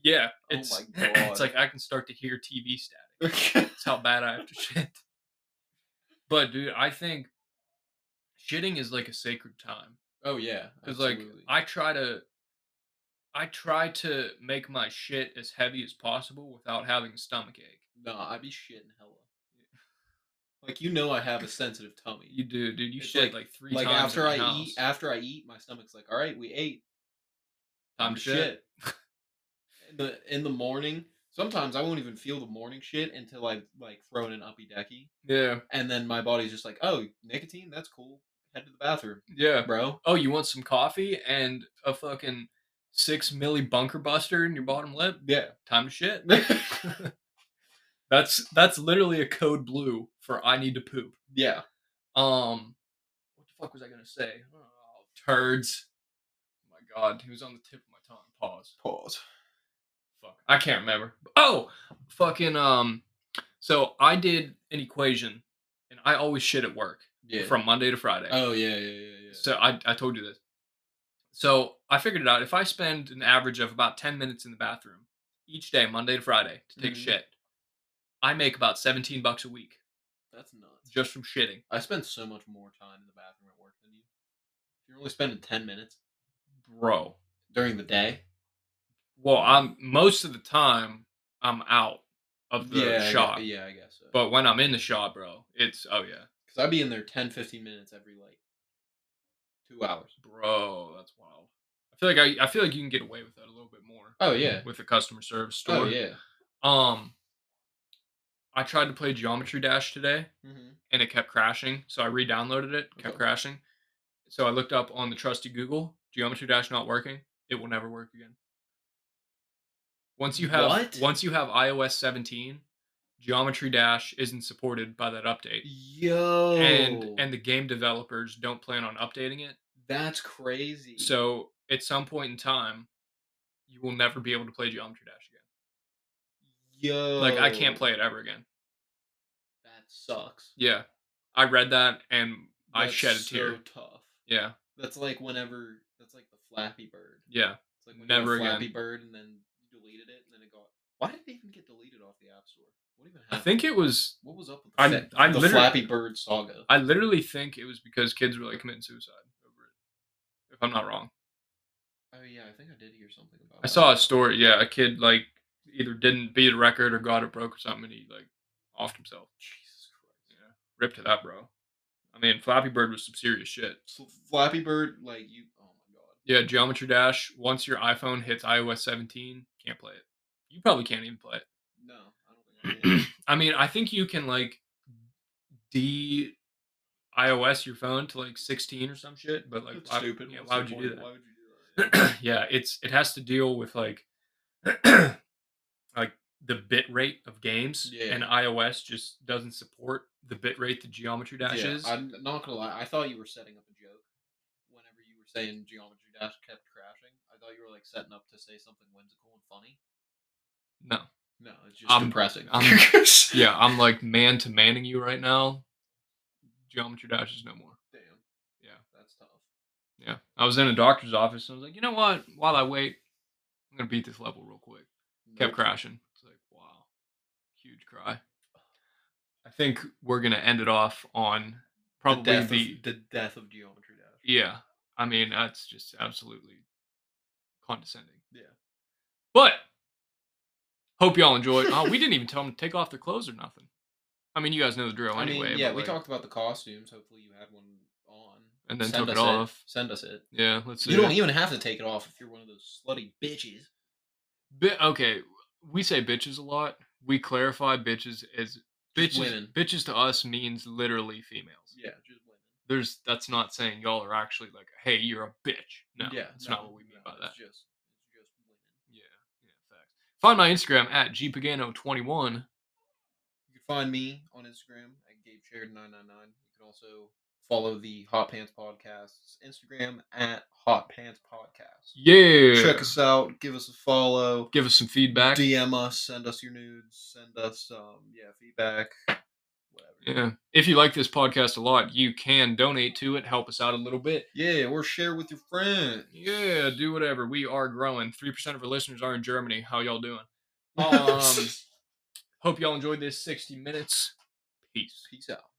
Speaker 1: Yeah,
Speaker 2: Oh
Speaker 1: it's
Speaker 2: my God.
Speaker 1: it's like I can start to hear TV static. That's how bad I have to shit. But dude, I think shitting is like a sacred time.
Speaker 2: oh yeah.
Speaker 1: Because like
Speaker 2: absolutely.
Speaker 1: I try to I try to make my shit as heavy as possible without having a stomach ache.
Speaker 2: Nah, I be shitting hella. Like you know, I have a sensitive tummy.
Speaker 1: You do, dude. You
Speaker 2: It's
Speaker 1: shit like,
Speaker 2: like-
Speaker 1: three
Speaker 2: like
Speaker 1: times.
Speaker 2: after
Speaker 1: in
Speaker 2: I
Speaker 1: my house.
Speaker 2: eat, after I eat, my stomach's like, all right, we ate.
Speaker 1: time to shit.
Speaker 2: in the in the morning, sometimes I won't even feel the morning shit until I've like thrown an uppy decky,
Speaker 1: Yeah,
Speaker 2: and then my body's just like, oh, nicotine, that's cool. Head to the bathroom,
Speaker 1: yeah.
Speaker 2: bro.
Speaker 1: Oh, you want some coffee and a fucking six milli bunker buster in your bottom lip?
Speaker 2: Yeah,
Speaker 1: Time to shit. That's that's literally a code blue for I need to poop.
Speaker 2: yeah.
Speaker 1: Um, what the fuck was I gonna say? Oh, turds. Oh my God, he was on the tip of my tongue. Pause.
Speaker 2: Pause.
Speaker 1: Fuck, I can't remember. Oh, fucking um. So I did an equation, and I always shit at work
Speaker 2: Yeah.
Speaker 1: from Monday to Friday.
Speaker 2: oh yeah, yeah, yeah, yeah.
Speaker 1: So I I told you this. So I figured it out. If I spend an average of about ten minutes in the bathroom each day, Monday to Friday, to take a
Speaker 2: Mhm.
Speaker 1: shit, I make about seventeen bucks a week
Speaker 2: that's nuts.
Speaker 1: just from shitting.
Speaker 2: I spend so much more time in the bathroom at work than you. You're only spending ten minutes
Speaker 1: bro.
Speaker 2: during the day.
Speaker 1: Well, I'm most of the time I'm out of the
Speaker 2: yeah, I gue-
Speaker 1: shop,
Speaker 2: yeah, I guess so.
Speaker 1: but when I'm in the shop, bro, it's oh yeah,
Speaker 2: Because I'd be in there 10, 15 minutes every like two hours.
Speaker 1: bro, that's wild. I feel like I, I feel like you can get away with that a little bit more
Speaker 2: Oh, yeah.
Speaker 1: with the customer service store.
Speaker 2: Oh, yeah.
Speaker 1: Um, I tried to play Geometry Dash today
Speaker 2: Mm-hmm.
Speaker 1: and it kept crashing, so I re-downloaded it. Kept
Speaker 2: Okay.
Speaker 1: crashing, so I looked up on the trusty Google Geometry Dash not working. It will never work again. Once you have
Speaker 2: What?
Speaker 1: once you have iOS 17, Geometry Dash isn't supported by that update,
Speaker 2: Yo.
Speaker 1: and and the game developers don't plan on updating it.
Speaker 2: that's crazy.
Speaker 1: So at some point in time, you will never be able to play Geometry Dash again.
Speaker 2: yo.
Speaker 1: Like I
Speaker 2: Oh.
Speaker 1: can't play it ever again.
Speaker 2: That sucks.
Speaker 1: Yeah, I read that and I
Speaker 2: That's
Speaker 1: shed a
Speaker 2: so
Speaker 1: tear.
Speaker 2: tough.
Speaker 1: Yeah,
Speaker 2: That's like whenever, that's like the Flappy Bird.
Speaker 1: yeah.
Speaker 2: It's like when
Speaker 1: Never
Speaker 2: you
Speaker 1: again.
Speaker 2: had Flappy Bird and then you deleted it and then it got. Why did it even get deleted off the App Store? What even
Speaker 1: I
Speaker 2: happened?
Speaker 1: think it was
Speaker 2: What was up with the,
Speaker 1: I-
Speaker 2: fa-
Speaker 1: I
Speaker 2: the
Speaker 1: literally-
Speaker 2: Flappy Bird saga?
Speaker 1: I literally think it was because kids were like committing suicide over it. If I'm not wrong,
Speaker 2: oh, yeah. I think I did hear something about
Speaker 1: I
Speaker 2: that.
Speaker 1: saw a story. Yeah, a kid like either didn't beat a record or got it broke or something, and he like offed himself.
Speaker 2: Jesus Christ.
Speaker 1: Yeah, rip to that, bro. I mean, Flappy Bird was some serious shit.
Speaker 2: So Flappy Bird, like you. Oh my god.
Speaker 1: Yeah, Geometry Dash. Once your iPhone hits iOS 17, can't play it. You probably can't even play it.
Speaker 2: No, I don't think. I
Speaker 1: I mean, I think you can like de iOS your phone to like 16 or some Oh, shit, but like,
Speaker 2: That's
Speaker 1: why-
Speaker 2: stupid.
Speaker 1: Yeah,
Speaker 2: What's
Speaker 1: why
Speaker 2: the
Speaker 1: would you
Speaker 2: point?
Speaker 1: do that?
Speaker 2: Why would you do that?
Speaker 1: yeah, it's it has to deal with like like the bit rate of games,
Speaker 2: Yeah.
Speaker 1: and iOS just doesn't support the bit rate that Geometry Dash
Speaker 2: Yeah,
Speaker 1: is.
Speaker 2: I'm not gonna lie. I thought you were setting up a joke. Whenever you were saying Geometry Dash kept crashing, I thought you were like setting up to say something whimsical and funny.
Speaker 1: No,
Speaker 2: No, it's just
Speaker 1: I'm-
Speaker 2: depressing.
Speaker 1: I'm- Um, yeah, I'm like man to manning you right now. Geometry Dash is no more.
Speaker 2: Damn.
Speaker 1: Yeah.
Speaker 2: That's tough.
Speaker 1: Yeah, I was in a doctor's office and I was like, you know what? While I wait, I'm gonna beat this level real quick. kept
Speaker 2: Nope.
Speaker 1: crashing. It's like, wow, huge cry. I think we're gonna end it off on probably the,
Speaker 2: the death, of, the death of Geometry Dash.
Speaker 1: yeah. I mean, that's just absolutely condescending.
Speaker 2: Yeah.
Speaker 1: But hope y'all enjoyed. oh, we didn't even tell them to take off their clothes or nothing. I mean, you guys know the drill
Speaker 2: I mean,
Speaker 1: anyway.
Speaker 2: yeah,
Speaker 1: but,
Speaker 2: we
Speaker 1: like,
Speaker 2: talked about the costumes. Hopefully, you had one on.
Speaker 1: and then
Speaker 2: Send
Speaker 1: took it
Speaker 2: us
Speaker 1: off.
Speaker 2: Send us it.
Speaker 1: Yeah, let's see.
Speaker 2: You don't even have to take it off if you're one of those slutty bitches.
Speaker 1: Bi- okay, we say bitches a lot. We clarify bitches as bitches.
Speaker 2: women.
Speaker 1: Bitches to us means literally females.
Speaker 2: Yeah, just women.
Speaker 1: there's that's not saying y'all are actually like, hey, you're a bitch. No,
Speaker 2: yeah,
Speaker 1: that's not what we mean by that.
Speaker 2: It's just, it's just women.
Speaker 1: Yeah, yeah, facts. Find my Instagram at gpagano21.
Speaker 2: You can find me on Instagram at Gabe Sheridan nine nine nine. You can also follow the Hot Pants Podcast's Instagram at Hot Pants Podcast.
Speaker 1: Yeah,
Speaker 2: Check us out. Give us a follow.
Speaker 1: give us some feedback.
Speaker 2: DM us. Send us your nudes. Send us um yeah feedback. Whatever.
Speaker 1: yeah, if you like this podcast a lot, you can donate to it, help us out a little bit.
Speaker 2: Yeah. or share with your friends.
Speaker 1: Yeah, do whatever. We are growing. Three percent of our listeners are in Germany. How y'all doing? Um, Hope y'all enjoyed this 60 minutes. Peace.
Speaker 2: Peace out.